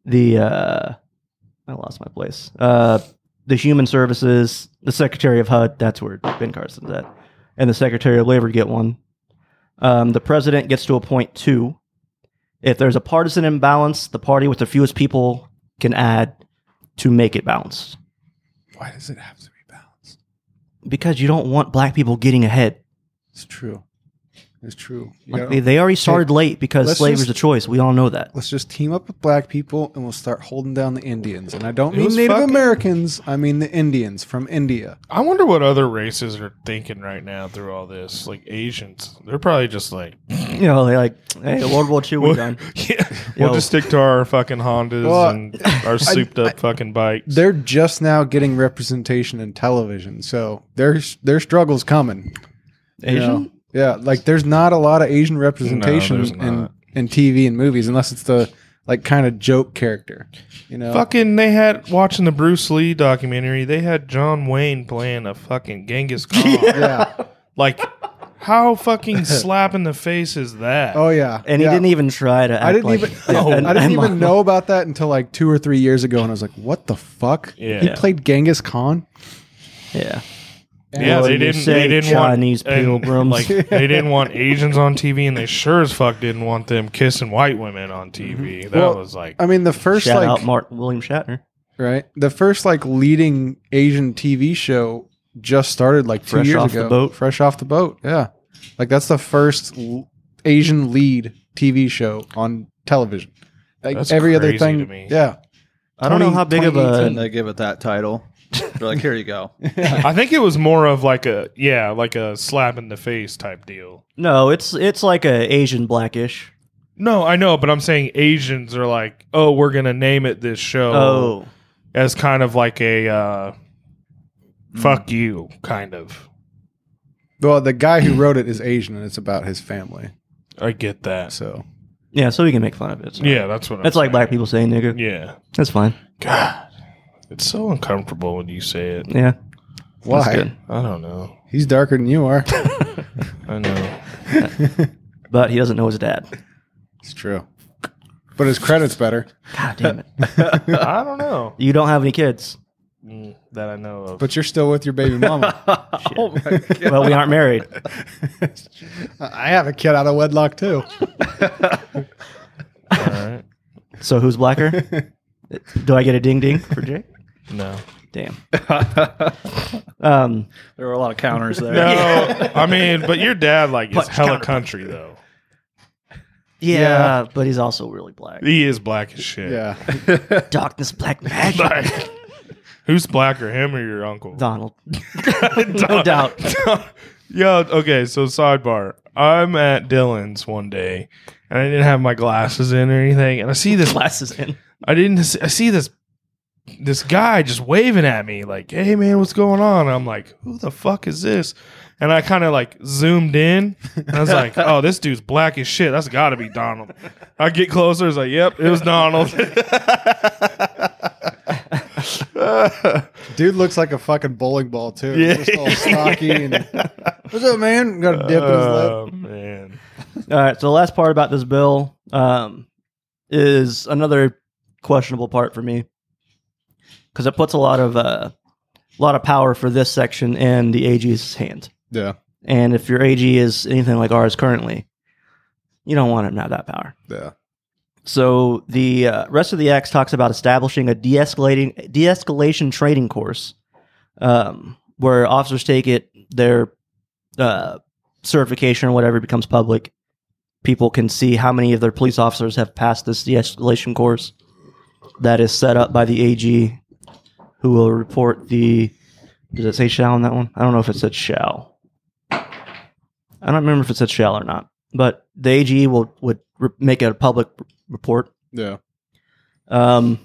B: the uh, I lost my place. Uh, the Human Services, the Secretary of HUD. That's where Ben Carson's at, and the Secretary of Labor get one. Um, the president gets to appoint two. If there's a partisan imbalance, the party with the fewest people can add to make it balanced.
A: Why does it have to be balanced?
B: Because you don't want black people getting ahead.
A: It's true. It's true. You
B: Like,
A: gotta-
B: they, they already started late because
A: let's
B: slavery's
A: just-
B: a choice. We all
A: [laughs]
B: know that.
A: let's just team up with black people and we'll start holding down the Indians. And I don't
C: It
A: mean
C: was
A: Native
C: fucking-
A: Americans, I mean the Indians from India.
C: I wonder what other races are thinking right now through all this. Like Asians, they're probably just like,
B: You know, they're like, hey, World War II,
A: [laughs]
B: we're done.
C: yeah, we'll
B: Yo.
C: just stick to our fucking Hondas
A: Well,
C: [laughs] and our souped up fucking bikes.
A: They're just now getting representation in television. So their their struggle's coming. you
B: Asian?
A: know? Yeah, like there's not a lot of Asian representation
C: there's
A: in
C: not.
A: in TV and movies unless it's the like kind of joke character. You know.
C: Fucking, they had watching the Bruce Lee [laughs] documentary. They had John Wayne playing a fucking Genghis Khan.
A: Yeah.
C: Like,
A: [laughs]
C: How fucking slap in the face is that?
A: Oh yeah,
B: [laughs] And he
A: Yeah.
B: didn't even try to. Act
A: I didn't
B: like [laughs]
A: even [laughs]
B: an-
A: I didn't
B: an
A: even
B: MO.
A: know about that until like two or three years ago, and I was like, "What the fuck?"
C: Yeah.
A: He played Genghis Khan.
B: Yeah,
C: Yeah, they
B: you
C: didn't.
B: say
C: They didn't
B: Chinese
C: want and,
A: [laughs]
B: pilgrims.
C: like they didn't want Asians on TV, and they sure as fuck didn't want them kissing white women on TV. That
A: Well,
C: was like,
A: I mean, the first
B: shout
A: like
B: out Martin William Shatner.
A: right, the first like leading Asian TV show just started like two
B: Fresh
A: years
B: off the
A: ago.
B: boat.
A: Fresh off the boat, yeah. Like that's the first l- Asian lead TV show on television. Like
C: That's
A: every other
C: crazy
A: thing,
C: to me.
A: yeah.
B: I don't know
A: 20
B: how big of a
D: And they give it that title. They're like, here you [laughs] go.
C: I think it was more of like a yeah, like a slap in the face type deal.
B: no. It's it's like a Asian blackish.
C: No, I know, but I'm saying Asians are like, oh, we're gonna name it this show
B: Oh,
C: as kind of like a uh, fuck you kind of.
A: Well, the guy who wrote it is Asian, and it's about his family.
C: I get that.
A: So
B: yeah. So we can make fun of it. It's
C: Yeah, that's what. I'm
B: that's like
C: saying.
B: black people saying nigga.
C: Yeah,
B: That's fine.
C: God, it's so uncomfortable when you say it.
B: Yeah, that's
A: why
B: good.
C: I don't know.
A: he's darker than you are? [laughs]
C: I know.
B: But he doesn't know his dad.
A: it's true, but his credit's better.
B: God damn it!
C: I don't know
B: You don't have any kids.
C: Mm, that I know of.
A: But you're still with your baby mama.
B: [laughs]
A: [laughs]
D: Oh my God.
B: Well, we aren't married.
A: I have a kid out of wedlock too.
C: All right.
B: So who's blacker? Do I get a ding ding for Jake?
C: No.
A: [laughs]
B: Damn. Um,
D: There were a lot of counters there.
C: No. I mean, but your dad like is hella country though.
B: yeah,
A: Yeah.
B: but he's also really black.
C: He is black as shit.
A: Yeah.
B: Darkness, black magic.
C: [laughs] Like, who's blacker, him or your uncle?
B: Donald.
A: [laughs]
B: no doubt.
C: [laughs] Yo, okay, so sidebar. I'm at Dylan's one day and I didn't have my glasses in or anything, and I see this
B: Glasses in.
C: I didn't see, I see this this guy just waving at me like, "Hey man, what's going on?" I'm like, "Who the fuck is this?" And I kind of like zoomed in. And I was like, "Oh, this dude's black as shit. That's got to be Donald." I get closer. It's like, "Yep, it was Donald."
A: Dude looks like a fucking bowling ball too. He's
C: Yeah.
A: Just all stocky and what's up, man? Got a dip in his lip.
C: oh man,
B: All right. So the last part about this bill um, is another questionable part for me because it puts a lot of uh, a lot of power for this section in the AG's hand.
A: Yeah.
B: And if your AG is anything like ours currently, you don't want him to have that power.
A: Yeah.
B: So the uh, rest of the acts talks about establishing a de-escalating de-escalation training course, um, where officers take it, their uh, certification or whatever becomes public. People can see how many of their police officers have passed this de-escalation course that is set up by the AG, who will report the. Does it say shall on that one? I don't know if it said shall. I don't remember if it said shall or not, but the AG will would re- make a public report.
A: Yeah.
B: Um,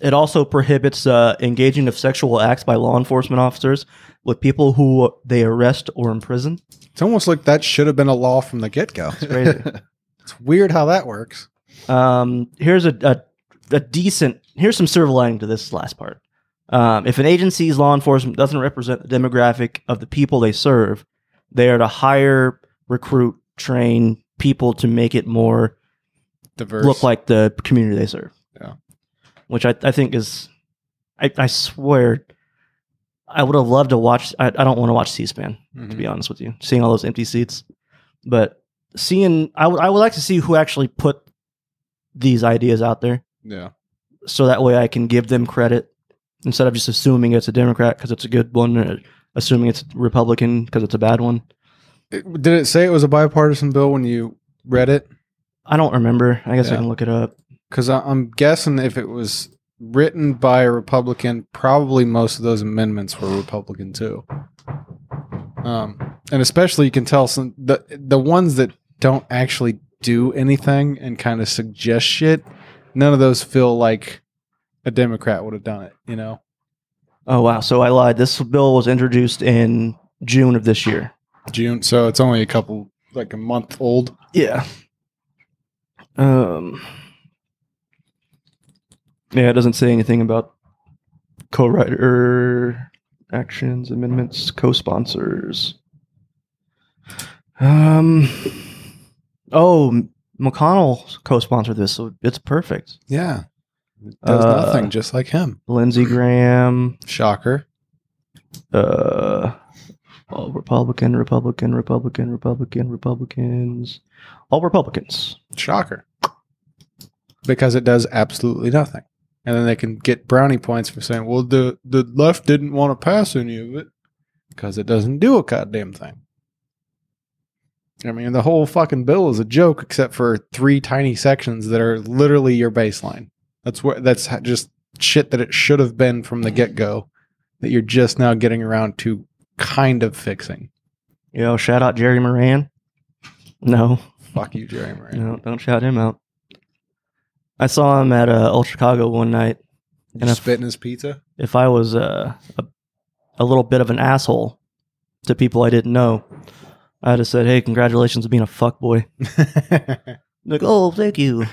B: it also prohibits uh, engaging of sexual acts by law enforcement officers with people who they arrest or imprison.
A: It's almost like that should have been a law from the get go.
B: It's crazy.
A: It's weird how that works.
B: Um, here's a, a a decent. Here's some silver lining to this last part. Um, if an agency's law enforcement doesn't represent the demographic of the people they serve, they are to hire, recruit, train people to make it more
A: Diverse.
B: look like the community they serve.
A: Yeah.
B: Which I, I think is, I, I swear, I would have loved to watch. I, I don't want to watch C SPAN, to
A: Mm-hmm.
B: be honest with you, seeing all those empty seats. But seeing, I would I would like to see who actually put these ideas out there
A: Yeah.
B: so that way I can give them credit instead of just assuming it's a Democrat because it's a good one, or assuming it's Republican because it's a bad one.
A: It- did it say it was a bipartisan bill when you read it?
B: I don't remember. I guess I
A: Yeah.
B: can look it up.
A: Because I'm guessing if it was written by a Republican, probably most of those amendments were Republican too. Um, and especially you can tell some the the ones that don't actually do anything and kind of suggest shit. None of those feel like a Democrat would have done it. You know?
B: Oh wow! So I lied. This bill was introduced in June of this year.
A: June, so it's only a couple like a month old.
B: Yeah. Um. Yeah, it doesn't say anything about co-writer actions, amendments, co-sponsors. Um. Oh, McConnell co-sponsored this, so it's perfect.
A: Yeah. Does
B: Uh,
A: nothing just like him.
B: Lindsey Graham,
A: Shocker.
B: uh, all Republican, Republican, Republican, Republican, Republicans, all Republicans.
A: Shocker. Because it does absolutely nothing. And then they can get brownie points for saying, well, the, the left didn't want to pass any of it because it doesn't do a goddamn thing. I mean, the whole fucking bill is a joke except for three tiny sections that are literally your baseline. That's what that's ho- just shit that it should have been from the get go that you're just now getting around to kind of fixing.
B: You know, shout out Jerry Moran. No,
A: Fuck you, Jerry Moran.
B: no, don't shout him out. I saw him at uh, Old Chicago one night.
A: Did
B: And
A: you
B: if-
A: spit in his pizza?
B: [laughs] If I was uh, a a little bit of an asshole to people I didn't know, I'd have said, "Hey, congratulations on being a fuckboy." Like, oh, thank you.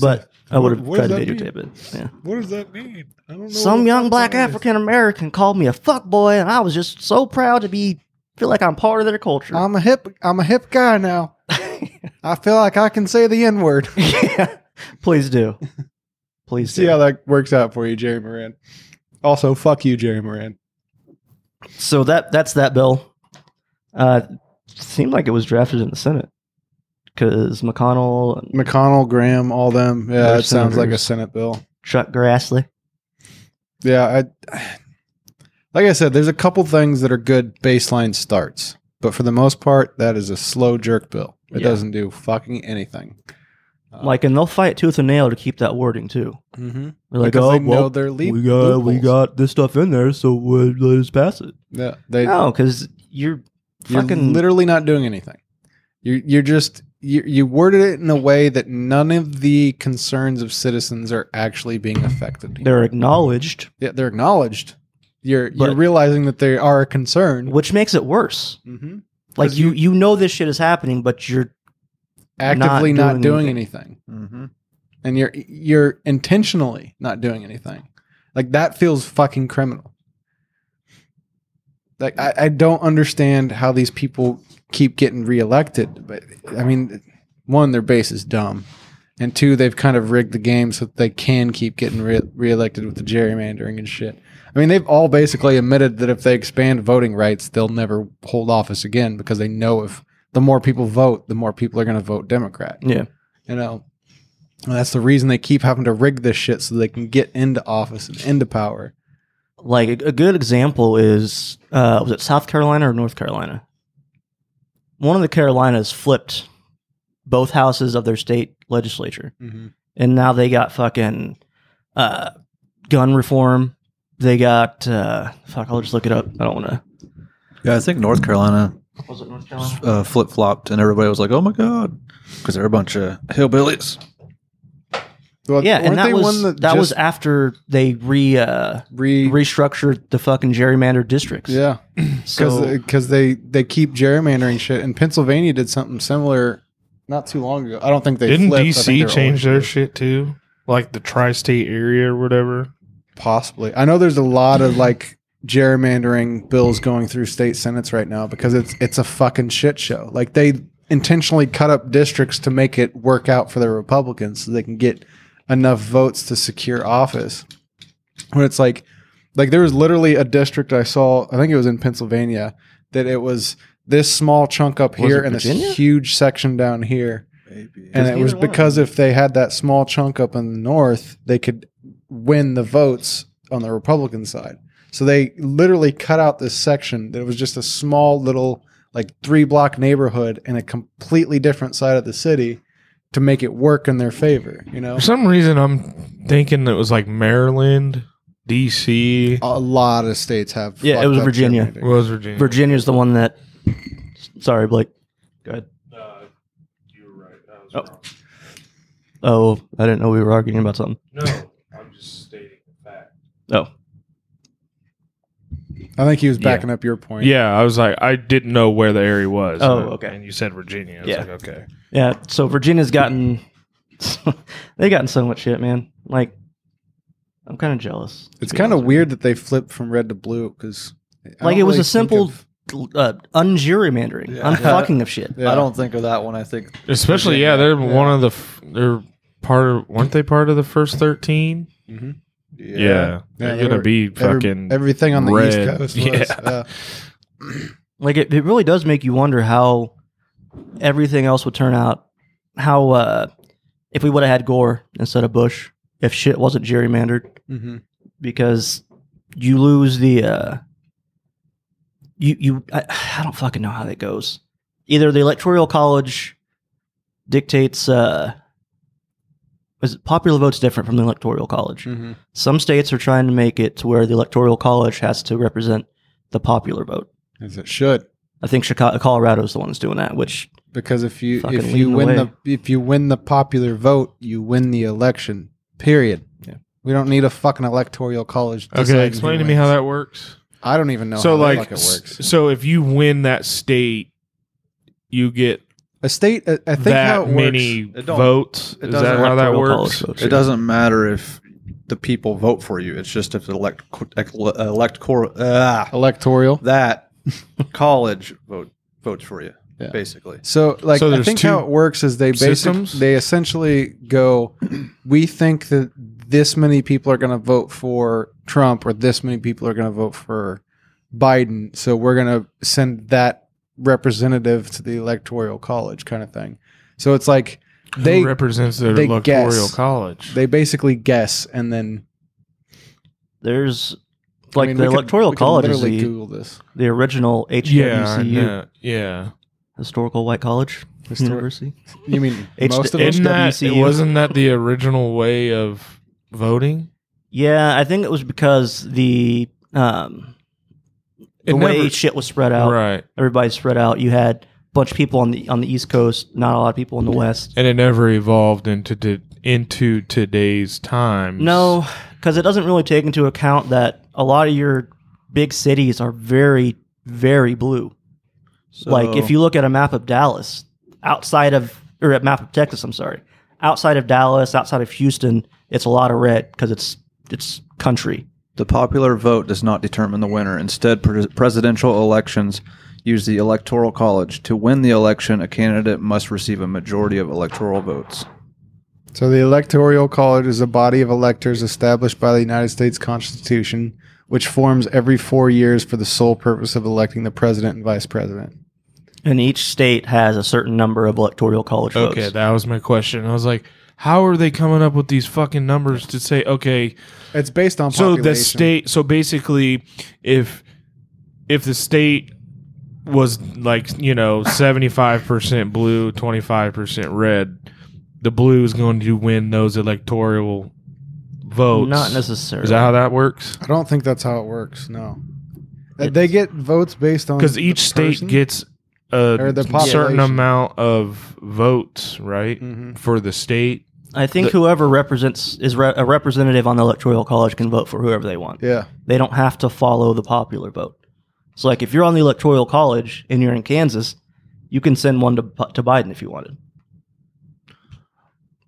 B: But I would have
A: What- what
B: tried to
A: does that
B: videotape it. Yeah.
A: What does that mean? I don't know.
B: Some
A: what
B: young
A: that
B: black
A: is.
B: African American called me a fuckboy, and I was just so proud to be feel like I'm part of their culture.
A: I'm a hip. I'm a hip guy now.
B: [laughs]
A: I feel like I can say the N word.
B: yeah. [laughs] Please do. Please
A: [laughs] See
B: do.
A: how that works out for you, Jerry Moran. Also, fuck you, Jerry Moran.
B: So that that's that bill. Uh, seemed like it was drafted in the Senate because McConnell,
A: McConnell, Graham, all them. Yeah,
B: They're
A: that sounds like a
B: senators.
A: Senate bill.
B: Chuck Grassley.
A: Yeah, I. [sighs] Like I said, there's a couple things that are good baseline starts, but for the most part, that is a slow jerk bill. It
B: Yeah.
A: doesn't do fucking anything. Uh,
B: Like, and they'll fight tooth and nail to keep that wording too.
A: mhm.
B: They're like,
A: because
B: oh,
A: they
B: well,
A: know their leap.
B: we got we
A: loopholes.
B: got this stuff in there, so we'll, let's pass it.
A: Yeah, they
B: No, because you're
A: You're
B: fucking
A: literally not doing anything. You're you're just you you worded it in a way that none of the concerns of citizens are actually being affected.
B: they're acknowledged,
A: Yeah, they're acknowledged. You're you're
B: But-
A: realizing that they are a concern.
B: which makes it worse.
A: Mhm.
B: Like
A: 'Cause
B: you, you know this shit is happening, but you're
A: Actively not doing,
B: Not doing
A: anything.
D: Mm-hmm.
A: and you're you're intentionally not doing anything. Like that feels fucking criminal. Like I, I don't understand how these people keep getting reelected. But I mean, one, their base is dumb, and two, they've kind of rigged the game so that they can keep getting re- reelected with the gerrymandering and shit. I mean, they've all basically admitted that if they expand voting rights, they'll never hold office again because they know if the more people vote, the more people are going to vote Democrat.
B: yeah.
A: You know, and that's the reason they keep having to rig this shit so they can get into office and into power.
B: Like a, a good example is uh, was it South Carolina or North Carolina? One of the Carolinas flipped both houses of their state legislature,
C: Mm-hmm.
B: and now they got fucking uh, gun reform. They got uh, fuck. I'll just look it up. I don't want to.
D: Yeah, I think North Carolina
B: Was it North Carolina?
D: uh, flip flopped, and everybody was like, "Oh my god," because they're a bunch of hillbillies.
A: Well,
B: Yeah,
A: weren't
B: and that
A: they
B: was
A: one
B: that,
A: just
B: was after they re uh,
A: re,
B: restructured the fucking gerrymandered districts.
A: yeah because
B: so
A: they they keep gerrymandering shit and Pennsylvania did something similar not too long ago. I don't think they
C: Didn't
A: flipped. I think they
C: DC
A: were
C: change their
A: always-
C: shit too? Like the tri-state area or whatever.
A: Possibly, I know there's a lot of like gerrymandering bills going through state senates right now because it's it's a fucking shit show. Like they intentionally cut up districts to make it work out for the Republicans so they can get enough votes to secure office. When it's like like there was literally a district I saw, I think it was in Pennsylvania, that it was this small chunk up
B: Was
A: here
B: it
A: and
B: Virginia?
A: this huge section down here.
D: Maybe.
A: And it
B: Because
A: was
B: either one of
A: because if they had that small chunk up in the north, they could win the votes on the Republican side. So they literally cut out this section that was just a small little like three block neighborhood in a completely different side of the city to make it work in their favor, you know?
C: For some reason, I'm thinking it was like Maryland, DC,
A: A lot of states have
B: Yeah, it
A: fucked
B: was
A: up
B: Virginia.
A: gerrymandering.
C: was Virginia.
B: Virginia's the one that. Sorry, Blake. Go ahead.
C: you were right. That was
B: Oh. Oh, I didn't know we were arguing about something.
C: No, I'm just stating the fact.
B: Oh,
A: I think he was backing up your point.
C: Yeah, I was like, I didn't know where the area was.
B: Oh,
C: And-
B: okay.
C: And you said Virginia. I was
B: Yeah.
C: like, okay.
B: yeah. So Virginia's gotten. [laughs] they gotten so much shit, man. Like, I'm kind of jealous. to
A: It's
B: be
A: kind
B: honest
A: of
B: with
A: weird that they flipped from red to blue because
B: Like, it was a simple- uh, ungerrymandering,
D: Yeah.
B: unfucking of shit.
A: Yeah.
D: I don't think of that when I think
C: Especially, yeah, they're one of the. f- They're part of. Weren't they part of the first thirteen? Yeah, they're
A: they
C: gonna
A: were-
C: be
A: every-
C: fucking.
A: everything on the
C: red.
A: East Coast. Was,
C: [laughs] Yeah.
A: uh,
B: Like it, it really does make you wonder how everything else would turn out. How uh, if we would have had Gore instead of Bush, if shit wasn't gerrymandered,
A: mhm.
B: because you lose the uh, you you I, I don't fucking know how that goes. Either the electoral college dictates uh, is it popular votes different from the electoral college.
A: Mhm.
B: Some states are trying to make it to where the electoral college has to represent the popular vote.
A: As it should.
B: I think Chicago, Colorado is the one that's doing that, which
A: because if you
B: Fucking
A: if you
B: leading the
A: win
B: way.
A: the if you win the popular vote, you win the election. Period.
B: Yeah.
A: We don't need a fucking electoral college. deciding
C: okay,
A: who
C: explain to me
A: wins.
C: how that works.
A: I don't even know. how
C: so,
A: the
C: like,
A: fuck it works.
C: s- so if you win that state, you get
A: A state. I, I think
C: that
A: how it
C: many
A: works.
D: It don't-
C: votes.
D: it
C: Is
D: doesn't
C: that how that
B: electoral
C: works?
B: college votes.
D: it doesn't matter if the people vote for you. It's just if the elect elect cor, ah,
A: Electoral.
D: that college vote votes for you
A: Yeah.
D: basically.
A: So like
C: So
A: I
C: there's
A: think
C: two
A: how it works is they basically
C: systems?
A: they essentially go we think that this many people are going to vote for Trump or this many people are going to vote for Biden so we're going to send that representative to the electoral college kind of thing. So it's like they
C: Who represents their
A: they
C: electoral
A: guess.
C: college.
A: they basically guess and then
B: there's
A: I
B: like
A: mean,
B: the
A: we could-
B: electoral
A: we could
B: college is
A: literally
B: the,
A: Google this.
B: the original E HWCU
C: yeah, I know. yeah.
B: historical white college
A: Histor-
B: university.
A: You mean
B: H-
A: most of
B: H-
A: us?
C: Isn't that,
B: HWCU.
C: wasn't that the original way of voting?
B: Yeah, I think it was because the um the
C: It
B: way
C: never-
B: shit was spread out,
C: Right.
B: everybody spread out. You had a bunch of people on the on the East Coast, not a lot of people in the West.
C: And it never evolved into to, into today's times.
B: No, because it doesn't really take into account that a lot of your big cities are very, very blue. like
C: Oh.
B: if you look at a map of Dallas, outside of or a map of Texas, I'm sorry, outside of Dallas, outside of Houston, it's a lot of red because it's it's country.
D: The popular vote does not determine the winner. Instead, pres presidential elections use the electoral college. To win the election, a candidate must receive a majority of electoral votes.
A: So the Electoral College is a body of electors established by the United States Constitution, which forms every four years for the sole purpose of electing the president and vice president.
B: And each state has a certain number of electoral college
C: Okay,
B: votes.
C: that was my question. I was like, how are they coming up with these fucking numbers to say, okay,
A: It's based on
C: so
A: population.
C: the state so basically if if the state was like, you know, 75% blue, 25% red, the blue is going to win those electoral votes.
B: Not necessarily.
C: Is that how that works?
A: I don't think that's how it works. No, Uh, they get votes based on
C: Because
A: the
C: each state
A: person?
C: gets
A: Or
C: a
A: the
C: certain
A: population.
C: amount of votes, right?
A: Mhm.
C: For the state.
B: I think whoever represents is re- a representative on the electoral college can vote for whoever they want.
A: Yeah,
B: They don't have to follow the popular vote. So, like, if you're on the electoral college and you're in Kansas, you can send one to to Biden if you wanted.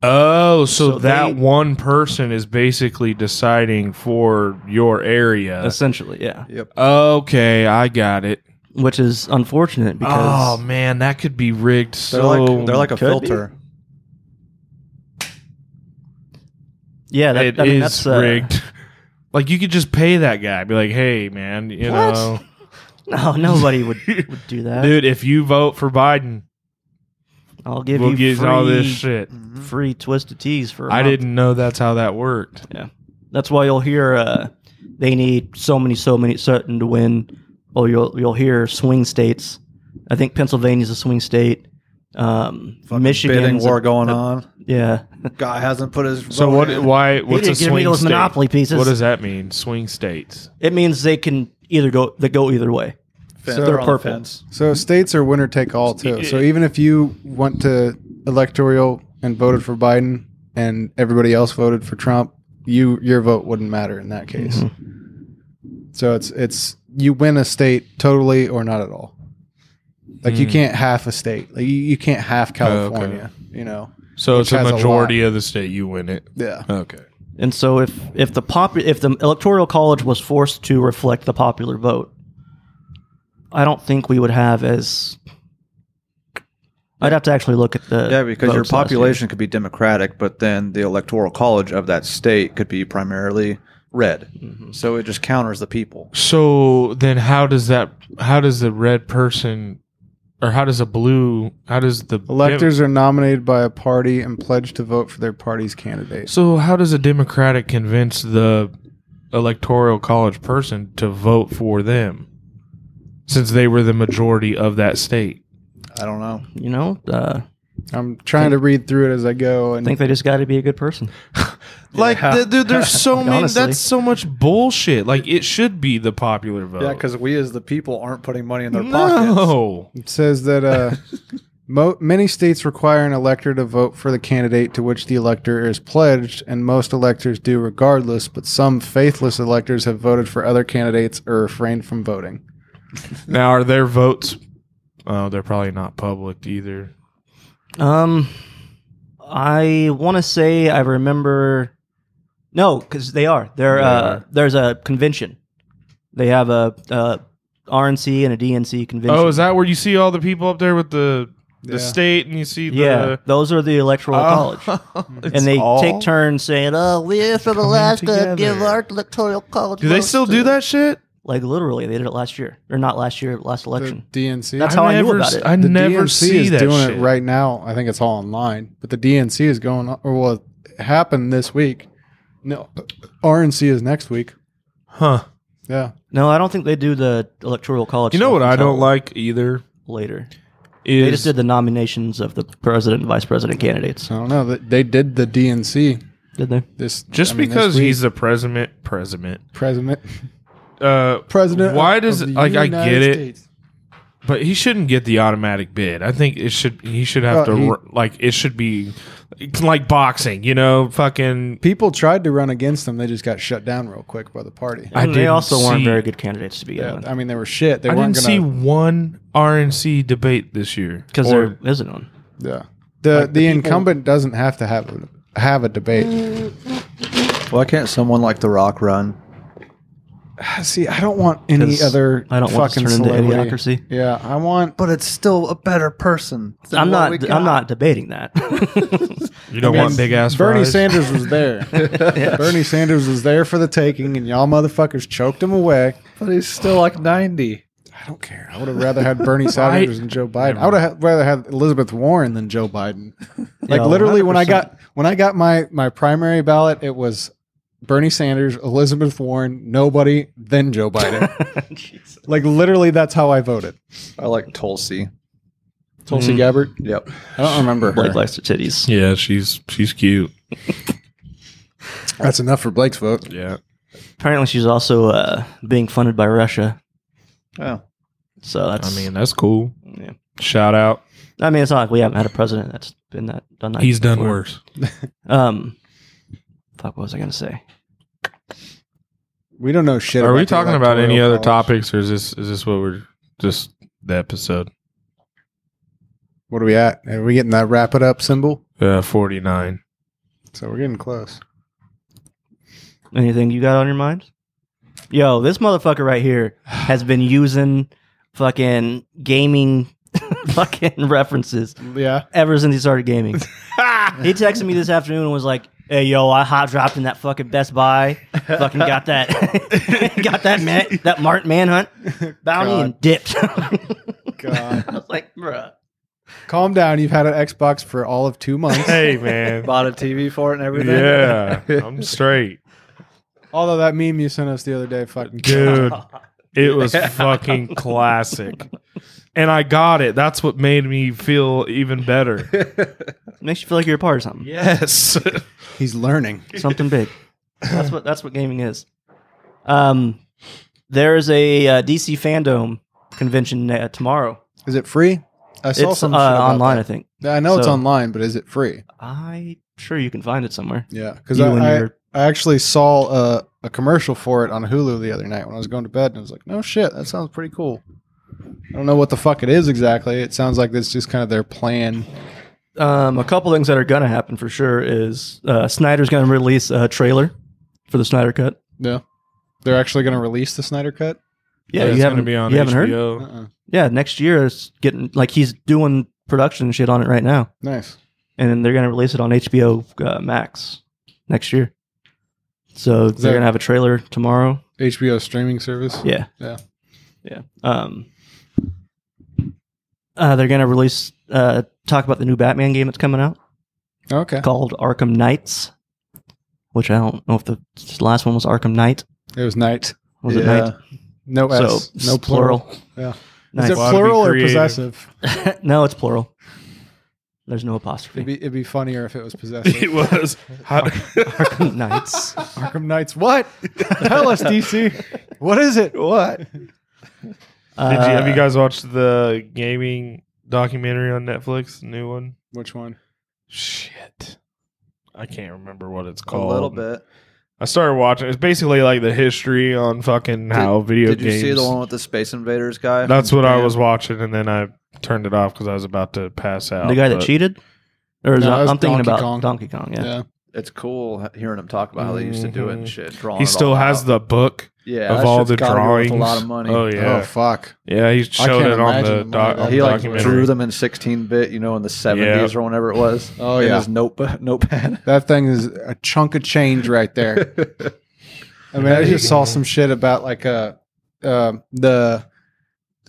C: Oh, so,
B: So
C: that
B: they-
C: one person is basically deciding for your area.
B: Essentially, yeah.
C: Okay, I got it.
B: Which is unfortunate
C: Oh
B: because
C: man, that could be rigged
D: They're
C: so
D: like they're like a [laughs]
B: could be.
D: filter.
B: yeah, that,
C: it
B: I mean,
C: is
B: that's uh, [laughs]
C: rigged. [laughs] Like you could just pay that guy, be like, "Hey, man, you
B: What?
C: know,
B: No, oh, nobody
C: [laughs]
B: would, would do that.
C: dude, if you vote for Biden,
B: I'll give
C: we'll
B: you
C: get
B: free,
C: all this shit."
B: free twisted teas for. I
C: I didn't know that's how that worked.
B: That's why you'll hear uh, they need so many, so many certain to win, or you'll you'll hear swing states. I think Pennsylvania's a swing state. Um,
D: bidding
B: Michigan's a-
D: war going on.
B: Yeah, [laughs]
D: Guy hasn't put his.
C: So
D: vote
C: what?
D: in.
C: Why? What's
B: didn't
C: a
B: give me
C: swing
B: those
C: state?
B: Monopoly pieces.
C: What does that mean? Swing states.
B: it means they can either go they go either way.
D: Fence.
A: So-
D: They're
B: They're
D: on the
B: purple.
D: fence.
A: So states are winner take all too. So even if you went to electoral and voted for Biden and everybody else voted for Trump, you your vote wouldn't matter in that case.
C: Mm-hmm.
A: So it's it's you win a state totally or not at all. Like you
C: Mm. Oh,
A: can't half a state. Like you, you can't half
C: okay.
A: California, you know.
C: So
A: Which
C: it's a
A: has a
C: majority of the state you win it.
A: Yeah.
C: Okay.
B: And so if if the pop if the electoral college was forced to reflect the popular vote, I don't think we would have as. I'd have to actually look at the
D: Yeah, because your
B: votes last year.
D: population could be Democratic, but then the electoral college of that state could be primarily red. So it just counters the people.
C: So then, how does that? How does the red person, or how does a blue? How does the
A: Electors are nominated by a party and pledge to vote for their party's candidate.
C: so how does a Democratic convince the electoral college person to vote for them, since they were the majority of that state?
D: I don't know.
B: You know, uh,
A: I'm trying to read through it as I go,
B: I
A: and
B: think they just got to be a good person.
C: Like, th-
D: [laughs]
C: dude, there's so many.
B: Honestly.
C: That's so much bullshit. Like, it should be the popular vote.
D: Yeah, because we as the people aren't putting money in their pockets.
C: no.
A: it says that uh, mo- many states require an elector to vote for the candidate to which the elector is pledged, and most electors do regardless. But some faithless electors have voted for other candidates or refrained from voting.
C: [laughs] Now, are their votes? Oh, they're probably not public either.
B: Um, I want to say I remember. No, because they are. They're,
C: They
B: uh,
C: are.
B: There's a convention. They have a, uh RNC and a DNC convention.
C: Oh, is that where you see all the people up there with the the
A: Yeah.
C: state and you see the Oh, Mm-hmm.
B: yeah, those are the electoral college.
C: [laughs] college?
B: and they take turns saying, "Oh, we're from Alaska,
C: together.
B: give our electoral college."
C: Do they
B: votes
C: still
B: to-"
C: do that shit?
B: Like literally, they did it last year, or not last year, last election.
A: The DNC.
B: That's how I knew
C: never,
B: about
C: s-
B: it.
C: I
A: the
C: never
A: DNC
C: see
A: is
C: that
A: doing
C: shit.
A: it right now. I think it's all online, but the DNC is going on, or well, it happened this week. No, RNC is next week.
C: Huh.
A: Yeah,
B: No, I don't think they do the electoral college.
C: You know
B: stuff
C: what I
B: until
C: don't like either
B: Later,
C: is
B: they just did the nominations of the president and vice president candidates,
A: I don't know. They- They did the DNC
B: did they?
A: this I
C: just
A: mean, this
C: because
A: week.
C: he's the president president.
A: president.
C: Uh
A: President.
C: Why
A: of-
C: does
A: of
C: it
A: the
C: like I
A: United
C: get it,
A: States.
C: but he shouldn't get the automatic bid. I think it should he should
A: Well,
C: have to
A: Uh, he-
C: ru- like it should be it's like boxing, you know, fucking
A: People tried to run against them. They just got shut down real quick by the party.
C: I
B: And they
C: didn't
B: also weren't
C: see-
B: very good candidates to begin
A: Yeah, I mean, they were shit. They
C: I
A: weren't
C: didn't see
A: gonna.
C: one RNC debate this year.
B: because
C: Or-
B: there isn't one.
A: yeah. The the, incumbent doesn't have to have a, have a
C: Mm.
A: debate.
D: Why can't someone like The Rock run?
A: See, I don't want any
B: 'Cause
A: other.
B: I don't
A: fucking
B: want to turn into
A: celebrity.
B: idiocracy.
A: Yeah, I want.
D: But it's still a better person. than
B: I'm
D: what we
B: not.
D: got.
B: I'm not debating that. [laughs]
C: you don't want big ass
A: Bernie
C: fries?
A: Sanders
C: [laughs]
A: was there. Bernie Sanders was there for the taking, and y'all motherfuckers choked him away.
D: But he's still like 90.
A: I don't care. I would have rather had
C: [laughs]
A: Bernie Sanders than Joe Biden. I would have rather had Elizabeth Warren than Joe
C: [laughs]
A: Biden. Like
B: Yeah,
A: literally, when I
B: 100%.
A: got when I got my my primary ballot, it was Bernie Sanders, Elizabeth Warren, nobody, then Joe
C: [laughs]
A: Biden. like literally, that's how I voted.
D: I like Tulsi.
A: Tulsi Gabbard.
D: Yep.
A: I don't remember her.
B: Blake likes the titties.
C: Yeah, she's she's cute.
A: That's enough for Blake's vote.
C: Yeah.
B: Apparently, she's also uh, being funded by Russia.
D: Oh.
B: So
C: I
B: that's.
C: mean, that's cool.
B: yeah.
C: Shout out.
B: I mean, it's not like we haven't had a president that's been that done that.
C: He's done
B: before.
C: worse.
B: Um, fuck, what was I gonna say?
A: We don't know shit.
C: Are
A: about
C: we
A: the
C: talking about any
A: Electoral
C: other
A: College.
C: topics, or is this is this what we're just the episode?
A: What are we at? Are we getting that wrap it up symbol?
C: Uh, Forty nine.
A: So we're getting close.
B: Anything you got on your mind? Yo, this motherfucker right here has been using fucking gaming [laughs] fucking references
A: Yeah.
B: ever since he started gaming. [laughs] he texted me this afternoon and was like, "Hey, yo, I hot dropped in that fucking Best Buy. Fucking got that, [laughs] got that man, that Martin Manhunt bounty
A: God.
B: and dipped." [laughs] I
A: God.
B: was like, "Bruh."
A: Calm down. You've had an Xbox for all of two months.
C: Hey [laughs] man.
D: Bought a TV for it and everything.
C: yeah, I'm straight,
A: Although that meme you sent us the other day fucking
C: [laughs] dude. It was fucking classic, and I got it. That's what made me feel even better.
B: Makes you feel like you're a part of something,
C: [laughs] Yes.
A: He's learning.
B: something big. That's what that's what gaming is. Um, there is a uh, DC fandom convention uh, tomorrow.
A: Is it free? I saw
B: It's uh,
A: some shit about
B: online, I
A: that.
B: think.
A: Yeah, I know it's
B: so-
A: online, but is it free?
B: I'm sure you can find it somewhere.
A: Yeah, because
B: You
A: I,
B: and
A: I,
B: your-
A: I actually saw a, a commercial for it on Hulu the other night when I was going to bed, and I was like, "No shit, that sounds pretty cool." I don't know what the fuck it is exactly. It sounds like it's just kind of their plan.
B: Um, a couple things that are gonna happen for sure is uh, Snyder's gonna release a trailer for the Snyder Cut.
A: Yeah, they're actually going to release the Snyder Cut. Uh-uh.
B: Yeah,
C: it's
B: Uh, you
C: gonna
B: haven't
C: be on
B: you haven't
C: HBO.
B: heard? Yeah, next year it's getting like he's doing production shit on it right now,
A: Nice.
B: and then they're gonna release it on HBO uh, Max next year. So they're
A: that-
B: gonna have a trailer tomorrow.
A: HBO streaming service.
B: Yeah.
A: Yeah.
B: Yeah. Um, uh, they're gonna release uh, talk about the new Batman game that's coming out
A: Okay.
B: called Arkham Knights, which I don't know if the last one was Arkham Knight.
A: It was night.
B: Was it
D: Yeah.
B: Knight?
A: No S.
B: so
A: no plural. Yeah.
B: Nice.
A: Is it
C: Gotta be
A: plural or
C: creative.
A: possessive?
B: [laughs] no, it's plural. There's no apostrophe.
A: It'd be, it'd be funnier if it
C: [laughs]
A: was possessive.
C: It was. How,
B: Arkham [laughs] Knights.
A: Arkham Knights.
C: [laughs]
A: What? Tell us, DC. What is it? What?
B: Uh,
C: Did you,
D: Uh,
C: have you guys watched the gaming documentary on Netflix? New one.
A: Which one?
C: Shit, I can't remember what it's
D: A
C: called.
D: little bit.
C: I started watching. It's basically like the history on fucking how video
D: Did you
C: games.
D: see the one with the Space Invaders guy?
C: That's what I
D: Japan?
C: was watching, and then I turned it off because I was about to pass out.
B: the guy that
C: but-
B: cheated? Or is
A: No,
B: that-
A: that was
B: I'm thinking
A: Donkey
B: about
A: Kong.
B: Donkey Kong. Yeah.
A: Oh,
D: It's cool h- hearing him talk about how they used to do it and
C: Mhm.
D: shit. Drawing
C: He
D: it
C: still
D: all
C: has
D: out.
C: the book
D: yeah
C: of
D: that
C: all
D: shit's
C: the
D: gotta be worth
C: drawings.
D: A lot of money.
C: Oh yeah,
A: Oh fuck.
C: yeah. He showed
A: can't
C: it on
A: imagine
C: the
A: what
C: doc-
A: that-
D: he like
C: documentary.
D: drew them in 16 bit, you know, in the 70s or whenever it was.
A: Oh,
D: in
A: yeah.
D: his notep- [laughs] notepad.
A: That thing is a chunk of change right there. I mean, I just saw some shit about like uh, uh, the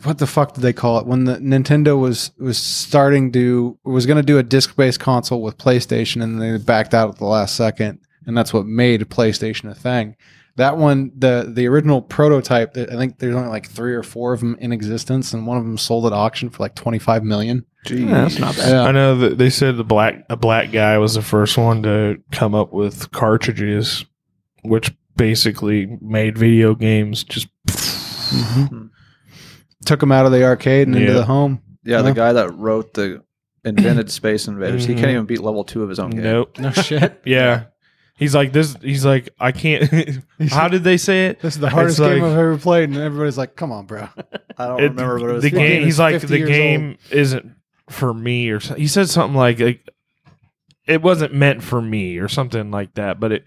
A: what the fuck did they call it when the Nintendo was was starting to was going to do a disc based console with PlayStation and they backed out at the last second and that's what made PlayStation a thing. That one, the the original prototype, I think there's only like three or four of them in existence, and one of them sold at auction for like 25 million.
D: Jeez.
B: Yeah, that's not bad.
C: I know that they said the black a black guy was the first one to come up with cartridges, which basically made video games just.
A: Took them out of the arcade and into
C: Yeah.
A: the home.
D: Yeah,
A: Yeah.
D: the guy that wrote the invented Space Invaders, he can't
C: Mhm.
D: even beat level two of his own game.
C: Nope.
A: No shit.
C: [laughs] Yeah. He's like this. He's like I can't. [laughs] how did they say
A: [laughs]
C: it?
A: This is the
C: It's
A: hardest game
C: like-
A: I've ever played, and everybody's like, "Come on, bro."
D: I don't
C: It-
D: remember what it was.
C: the
A: fucking-
C: game.
A: It's
C: He's like
A: 50
C: the
A: years
C: game isn't for me, or so, he said something like, like it wasn't meant for me, or something like that. But it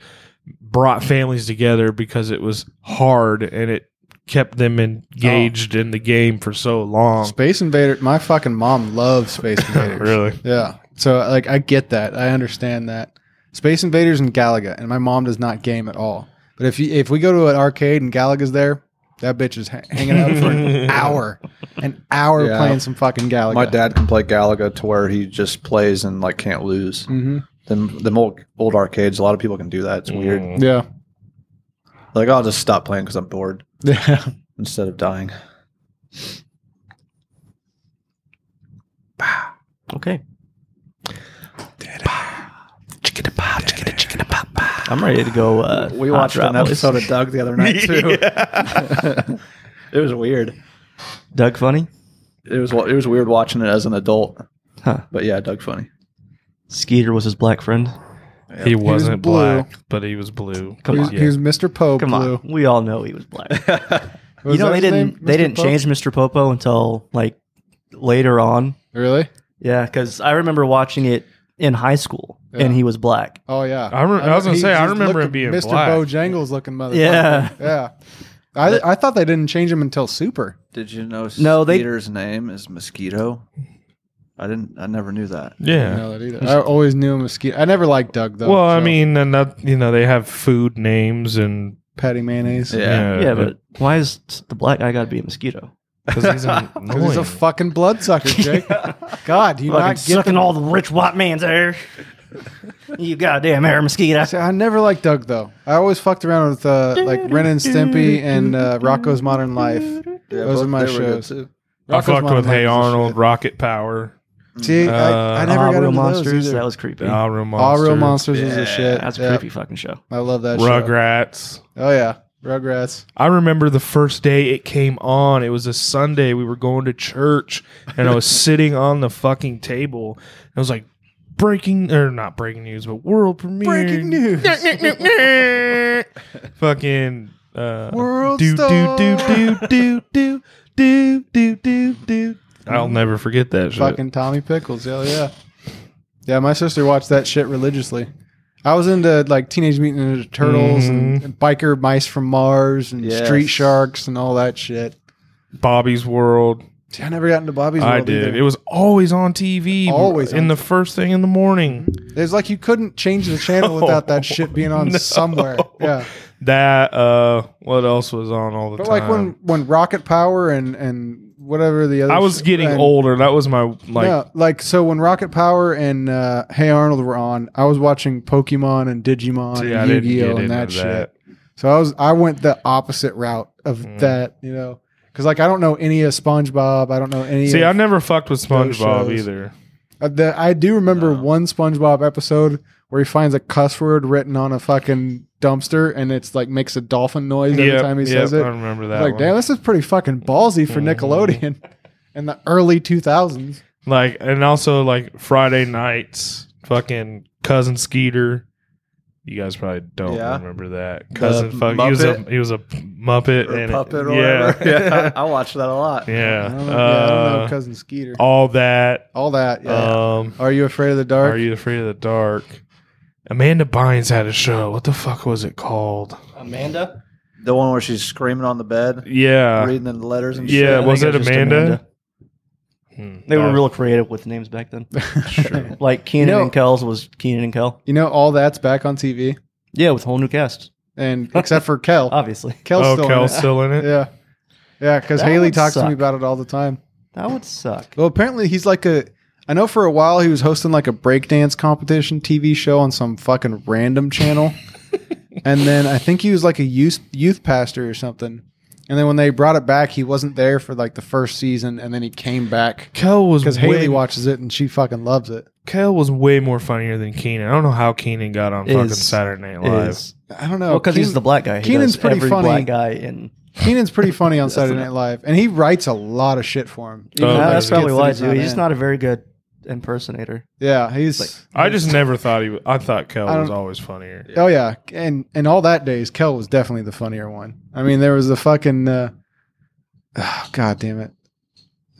C: brought families together because it was hard and it kept them engaged in the game for so long.
A: Space Invader. My fucking mom loves
B: [laughs]
A: Space Invaders.
C: [laughs] really,
A: Yeah. So like, I get that. I understand that. Space Invaders and Galaga, and my mom does not game at all. But if you, if we go to an arcade and Galaga's there, that bitch is ha- hanging out for
B: [laughs]
A: an hour, an hour
D: Yeah.
A: playing some fucking Galaga.
D: My dad can play Galaga to where he just plays and like can't lose.
A: hmm
D: Them, them old old arcades, a lot of people can do that. It's weird.
C: Mm.
A: Yeah. [laughs]
D: Like I'll just stop playing because I'm bored
A: Yeah.
D: instead of dying.
B: Okay. I'm ready to go. Uh,
D: We
B: hot
D: watched
B: drop
D: an episode
B: places.
D: of Doug the other [laughs] night too. [laughs] it was weird.
B: Doug Funny,
D: It was it was weird watching it as an adult.
B: Huh.
D: But yeah, Doug funny.
B: Skeeter was his black friend.
C: he wasn't
A: blue.
C: black, but he was blue.
B: Come
A: He was,
B: on,
A: he was Mr. Poe
B: come
A: Blue.
B: on. We all know he was black.
A: Was
B: you know
A: that
B: they
A: his
B: didn't
A: name?
B: they
A: Mr.
B: didn't
A: Poe?
B: change Mr. Popo until like later on.
A: Really?
B: Yeah, because I remember watching it in high school,
A: Yeah.
B: and he was black.
A: Oh yeah.
C: I rem- I was gonna
A: he-
C: say, I
A: he's
C: remember
A: looking-
C: him being
A: Mr.
C: black.
A: Bojangles looking motherfucker.
B: Yeah.
A: Yeah. I, I thought they didn't change him until Super.
D: Did you know
B: No, they-
D: Skeeter's name is Mosquito? I didn't I never knew that.
A: I
C: Yeah.
A: know that either. I always knew him as Skeeter. I never liked Doug though.
C: Well, I
A: so-
C: mean, and that, you know, they have food names and
A: patty mayonnaise.
D: Yeah.
B: Yeah, but why is the black guy got to be a mosquito?
C: because he's,
A: 'Cause he's a
C: annoying.
A: fucking bloodsucker, Jake. God, you
B: Fucking
A: not get
B: sucking all the rich white
A: [laughs]
B: man's air. you goddamn air mosquito.
A: See, I never liked Doug though. I always fucked around with uh, like Ren and Stimpy and uh, Rocco's Modern Life.
D: Yeah,
A: Those
D: both-
A: are my
D: they were good,
A: shows.
D: too.
C: I
A: Rocco's
C: fucked
A: Modern
C: with
A: Life
C: Hey
A: is the
C: Arnold,
A: shit.
C: Rocket Power,
A: See,
C: Uh,
A: I, I never
B: Ah,
A: got
B: real
A: into
B: monsters.
A: those either.
B: That was creepy.
C: All Real Monsters,
A: All Real Monsters is
D: Yeah,
A: the shit.
B: That's a
A: Yeah.
B: creepy fucking show.
A: I love that show.
C: Rugrats.
A: Oh yeah, Rugrats.
C: I remember the first day it came on. It was a Sunday. We were going to church,
A: [laughs]
C: and I was sitting on the fucking table. And I was like, breaking or not breaking news, but world premiere.
A: Breaking news.
C: [laughs] fucking uh,
A: World
C: do, do
A: star.
C: do do do do do do do do. I'll never forget that shit.
A: Fucking Tommy Pickles. Hell yeah. Yeah, my sister watched that shit religiously. I was into like Teenage Mutant
C: Mm-hmm.
A: Ninja Turtles and, and Biker Mice from Mars and
D: Yes.
A: Street Sharks and all that shit.
C: Bobby's World.
A: See, I never got into Bobby's.
C: I
A: World
C: did.
A: either.
C: It was always on TV.
A: Always
C: in
A: on
C: the first thing in the morning.
A: It was like you couldn't change the channel without
C: [laughs]
A: that shit being on
C: No.
A: somewhere. Yeah,
C: That uh, what else was on all the
A: but
C: time?
A: like when when Rocket Power and and whatever the other.
C: I was
A: sh-
C: getting
A: and-
C: older. That was my like.
A: yeah, like so when Rocket Power and uh, Hey Arnold were on, I was watching Pokemon and Digimon
C: See, I
A: and Yu
C: didn't
A: Gi
C: get
A: Oh
C: into
A: and that,
C: that.
A: shit. So I was I went the opposite route of
C: Mm.
A: that, you know, because like I don't know any of SpongeBob, I don't know any.
C: See, I
A: of,
C: never fucked with
A: those
C: SpongeBob
A: shows.
C: either.
A: uh, the, I do remember
D: No.
A: one SpongeBob episode where he finds a cuss word written on a fucking dumpster and it's like makes a dolphin noise every
C: Yep,
A: time he
C: yep,
A: says it.
C: I remember that.
A: Like,
C: one.
A: damn, this is pretty fucking ballsy for
C: Mhm.
A: Nickelodeon [laughs] in the early two thousands.
C: Like, and also like Friday nights, fucking cousin Skeeter. You guys probably don't
D: Yeah.
C: remember that cousin. Fuck, he was a
D: Muppet?
C: he was a Muppet and it- [laughs] yeah,
D: [laughs]
A: [laughs]
D: I watched that a lot.
C: yeah,
A: I don't know, yeah, I don't know,
C: Uh,
A: cousin Skeeter.
C: all that.
A: All that. Yeah.
C: Um,
A: Are you afraid of the dark?
C: Are you afraid of the dark? Amanda Bynes had a show. What the fuck was it called?
B: Amanda?
D: The one where she's screaming on the bed,
B: Uh,
C: Yeah,
D: reading the letters and
C: yeah.
D: shit.
C: was it Amanda? Hmm.
B: They were real creative with names
A: [laughs]
B: back then. Like Keenan
A: You know-
B: and Kells was Keenan and Kel.
A: you know, all that's back on TV,
B: Yeah, with whole new cast,
C: [laughs]
A: and except for Kel.
B: obviously.
A: Kel's
C: oh,
A: still
C: Kel's
A: in it.
C: still in it.
A: Yeah. Yeah, because
B: That
A: Haley
B: would
A: talks to
B: suck.
A: me about it all the time.
B: That would suck.
A: Well, apparently he's like a. I know for a while he was hosting like a breakdance competition TV show on some fucking random
C: [laughs]
A: channel, and then I think he was like a youth youth pastor or something. And then when they brought it back, he wasn't there for like the first season, and then he came back
C: Kel was
A: because
C: way,
A: Haley watches it and she fucking loves it.
C: Kel was way more funnier than Keenan. I don't know how Keenan got on fucking
B: Is-
C: Saturday Night Live.
B: Is,
A: I don't know
B: well, because he's
A: Keenan-
B: the black guy. He
A: Oh, Keenan's
B: does
A: pretty
B: every
A: funny.
B: Black guy in.
A: Keenan's pretty funny on Saturday Night Live, and he writes a lot of shit for him.
C: Oh,
A: though
B: Yeah,
A: the
B: that's
C: maybe.
A: skits
B: probably
A: that
B: why too. He's
A: in.
B: just not a very good impersonator.
A: Yeah, he's.
C: I just never thought he. Was, I thought Kel
A: I
C: was
A: don't-
C: always funnier.
A: Oh yeah, and and all that days, Kel was definitely the funnier one. I mean, there was the fucking. Uh, oh, God damn it!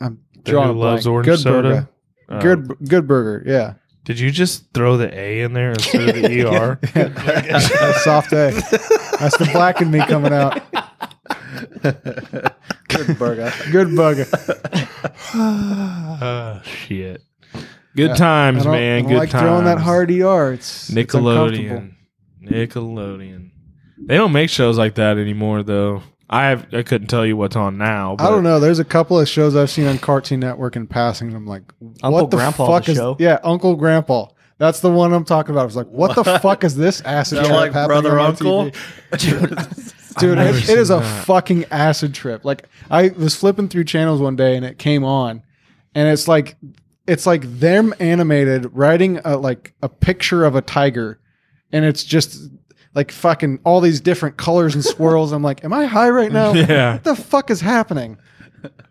A: I'm
C: The
A: drawing a
C: Who loves
A: blank.
C: orange
A: good
C: soda. Uh,
A: burger. Good good burger. Yeah,
C: Did you just throw the A in there instead of the
A: [laughs]
C: ER?
A: That's soft A. That's the black in me coming out. [laughs]
D: Good burger.
A: Good burger.
C: Ah, shit. Good times,
A: I don't-
C: man.
A: I don't
C: good
A: like
C: times.
A: throwing that hard ER. It's it's uncomfortable.
C: Nickelodeon. Nickelodeon. They don't make shows like that anymore, though. I have, I couldn't tell you what's on now. But
A: I don't know. There's a couple of shows I've seen on Cartoon Network in passing. and I'm like, what
B: Uncle
A: the
B: Grandpa's
A: fuck
B: a
A: is
B: show.
A: yeah, Uncle Grandpa. That's the one I'm talking about. I was like, what the fuck is this acid
D: Is that
A: trip
D: like
A: happening
D: Brother
A: on my
D: Uncle?
A: TV?
B: Dude,
D: [laughs]
A: Dude,
C: I've never
A: it, it is
C: seen
A: a
C: that.
A: fucking acid trip. Like I was flipping through channels one day and it came on, and it's like it's like them animated writing a, like a picture of a tiger, and it's just like fucking all these different colors and swirls. I'm like, am I high right now?
C: Yeah.
A: What the fuck is happening?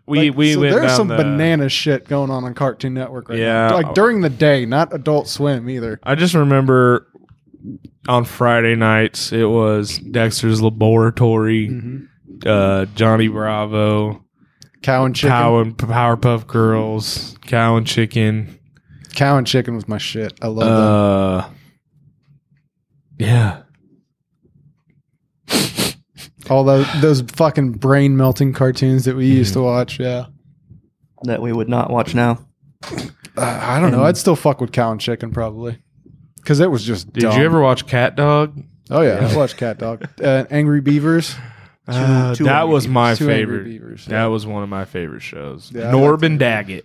C: We
A: Like,
C: we
A: so
C: went
A: there's
C: down
A: some
C: the-
A: banana shit going on on Cartoon Network right
C: Yeah.
A: now. Like during the day, not Adult Swim either.
C: I just remember on Friday nights it was Dexter's Laboratory,
A: Mm-hmm.
C: uh, Johnny Bravo,
A: Cow and chicken.
C: Cow and Powerpuff Girls, Cow and Chicken.
A: Cow and chicken was my shit. I love that.
C: Uh, yeah, Uh,
A: All those those fucking brain melting cartoons that we
C: mm-hmm.
A: used to watch. Yeah.
B: that we would not watch now.
A: Uh, I don't know.
C: Mm-hmm.
A: I'd still fuck with cow and chicken probably. Because it was just.
C: Did
A: dumb.
C: you ever watch Cat Dog?
A: Oh yeah, I watched Cat Dog, uh, Angry Beavers.
C: Uh,
B: two
C: that
B: Angry
C: was my
A: Two Angry
C: favorite.
A: Beavers,
C: That was one of my favorite shows.
A: Yeah, I
C: Norman Daggett.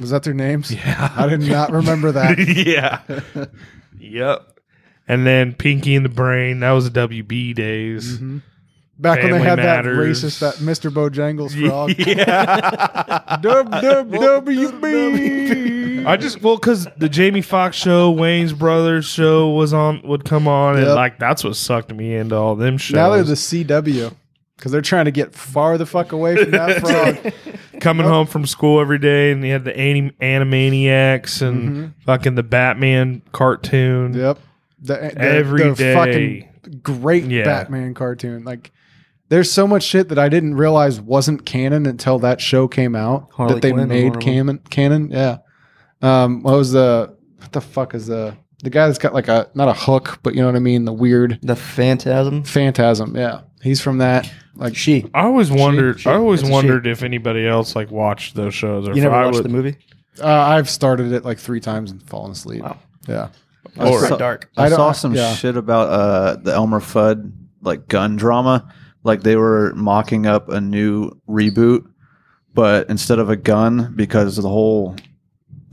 A: Was that their names? Yeah. I did not remember that.
C: [laughs]
A: [laughs]
C: yeah. yep. And then Pinky and the Brain. That was WB days.
A: Mm-hmm. Back when
C: Family
A: they had
C: Matters.
A: that racist, that Mr.
C: [laughs]
A: Bojangles frog.
C: Yeah.
A: WWB.
C: I just well because the Jamie Foxx show, Wayne's Brothers show was on would come on, and
A: Yep.
C: like that's what sucked me into all them shows.
A: Now they're the CW because they're trying to get far the fuck away from
C: [laughs]
A: that frog.
C: coming home from school every day, and they had the anim- Animaniacs and fucking the Batman cartoon.
A: Mm-hmm. yep. The, the,
C: Every
A: the
C: day.
A: fucking great
C: Yeah.
A: Batman cartoon. Like, there's so much shit that I didn't realize wasn't canon until that show came out
B: Harley
A: that they
B: Quinn was one
A: made
B: of
A: canon. Canon, yeah. Um, what was the what the fuck is the the guy that's got like a not a hook, but you know what I mean, the weird
B: The Phantasm.
A: phantasm. Yeah, he's from that. Like
B: She.
C: I always wondered.
B: she-
C: I always
B: it's a she.
C: wondered if anybody else like watched those shows. Or
B: You
C: if
B: never
C: I
B: watched
C: would-
B: the movie?
A: uh, I've started it like three times and fallen asleep.
B: Wow.
A: Yeah,
D: I
B: It's
D: saw-
B: pretty dark.
A: I
D: I,
A: don't-
D: saw some
A: yeah.
D: shit about uh, the Elmer Fudd like gun drama. Like they were mocking up a new reboot, but instead of a gun, because the whole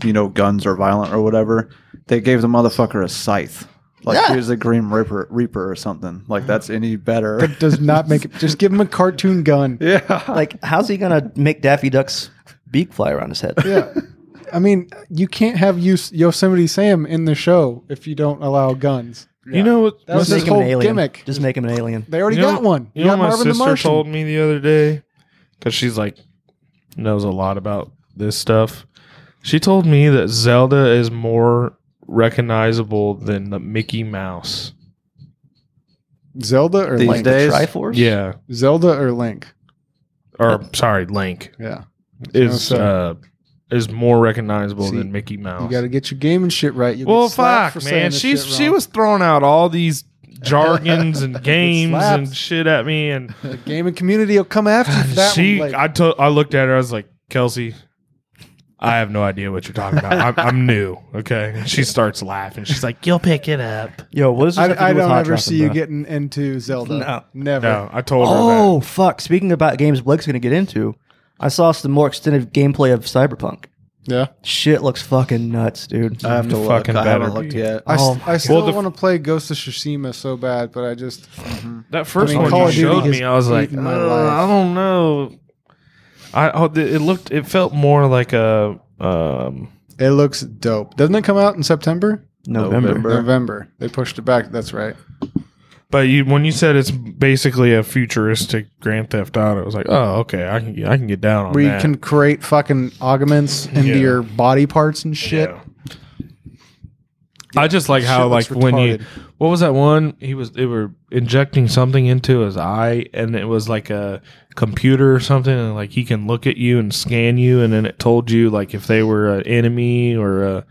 D: you know guns are violent or whatever, they gave the motherfucker a scythe. Like
B: Yeah.
D: he was a Green Reaper, Reaper or something. Like that's any better?
A: that does not make it. Just give him a cartoon gun.
D: yeah.
B: Like, how's he gonna make Daffy Duck's beak fly
A: [laughs]
B: around his head?
A: Yeah. I mean, you can't have Yos- Yosemite Sam in the show if you don't allow guns.
C: You know what?
A: That was
B: Just
A: his
B: make him
A: whole
B: an alien.
A: gimmick.
B: Just make him an alien.
A: They already
C: You know-
A: got one.
C: You know,
A: got
C: my
A: Marvin the
C: sister
A: Martian.
C: told me the other day because she's like knows a lot about this stuff. She told me that Zelda is more recognizable than the Mickey Mouse.
A: Zelda or
D: [laughs] These
B: Like
A: Link?
B: the
D: days?
B: Triforce.
C: Yeah,
A: Zelda or Link?
C: or sorry, Link
A: Yeah.
C: is
A: what
C: uh, is more recognizable
A: See,
C: than Mickey
A: You
C: Mouse.
A: got to get your game and shit right. You'll get
C: well,
A: slapped
C: fuck,
A: for saying
C: man.
A: this
C: She
A: shit
C: she
A: wrong.
C: was throwing out
A: [laughs]
C: all these jargons and games and
A: slapped.
C: shit at me, and
A: The gaming community will come after
C: [laughs]
A: you for that
C: she
A: one. Like,
C: I told I looked at her I was like Kelsey I have no idea what you're talking about I'm, I'm new okay and she starts laughing she's like you'll pick it up
B: Yo, what is this? have to
A: I, I
B: do with
A: don't
B: hot
A: ever
B: rods,
A: see you
B: bro?
A: getting into Zelda.
B: No.
A: Never.
C: no I told her
B: Oh fuck! Speaking about games, Blake's gonna get into. I saw some more extended gameplay of Cyberpunk.
A: Yeah.
B: Shit looks fucking nuts, dude.
D: I have to
C: You
D: look.
C: fucking
D: Mm. I haven't
C: better
D: looked
C: be.
D: yet.
A: I, s-
B: Oh my
A: I still
C: the-
A: want to play Ghost of Tsushima so bad, but I just
C: that that first
A: I mean,
C: one
A: Call
C: you
A: of Duty
C: showed
A: has
C: me I was like
A: eaten my
C: "Uh,
A: life."
C: I don't know I oh, th- it looked it felt more like a um
A: it looks dope. Doesn't it come out in September?
B: November.
D: November.
A: November. They pushed it back. That's right.
C: but you when you said it's basically a futuristic Grand Theft Auto I was like oh okay I can I can get down on
A: Where you
C: that.
A: can create fucking augments into
C: Yeah.
A: your body parts and shit.
C: Yeah. I just like how
A: Shit
C: like
A: looks
C: when you
A: retarded.
C: what was that one he was they were injecting something into his eye and it was like a computer or something and like he can look at you and scan you and then it told you like if they were an enemy or a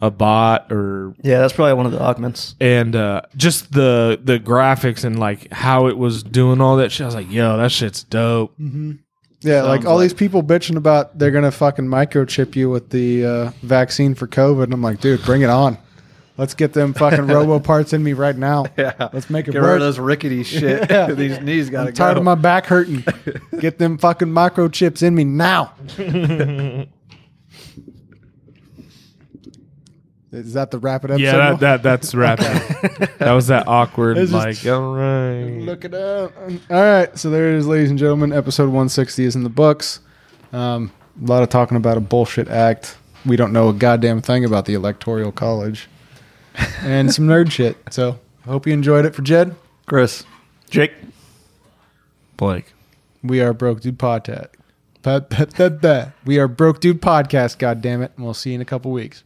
C: a bot or
B: Yeah, that's probably one of the augments.
C: and uh just the the graphics and like how it was doing all that shit I was like yo that shit's dope
A: Yeah, like
D: Sounds
A: all
D: like-
A: these people bitching about they're gonna fucking microchip you with the uh, vaccine for COVID. And I'm like, dude, bring it on. Let's get them
D: [laughs]
A: fucking robo parts in me right now.
D: Yeah.
A: Let's make it
D: Get rid
A: work.
D: of those
A: [laughs]
D: rickety shit.
A: Yeah.
D: [laughs] These knees got to
A: I'm
D: go.
A: tired of my back [laughs] hurting. get them fucking microchips in me [laughs] now. Is that the wrap it up?
C: yeah
A: signal?
C: that,
A: [laughs]
C: that that's wrapped up. that was that awkward
A: It's just-
C: like all right
A: Look it up. All right, so there it is, ladies and gentlemen. Episode 160 is in the books. Um, a lot of talking about a bullshit act. We don't know a goddamn thing about the Electoral [laughs] College, and some nerd shit. So hope you enjoyed it. For Jed,
D: Chris.
B: Jake,
C: Blake.
A: we are broke dude [laughs] podcast. Pa- pa- pa- pa. We are broke dude podcast. God damn it! And we'll see you in a couple weeks.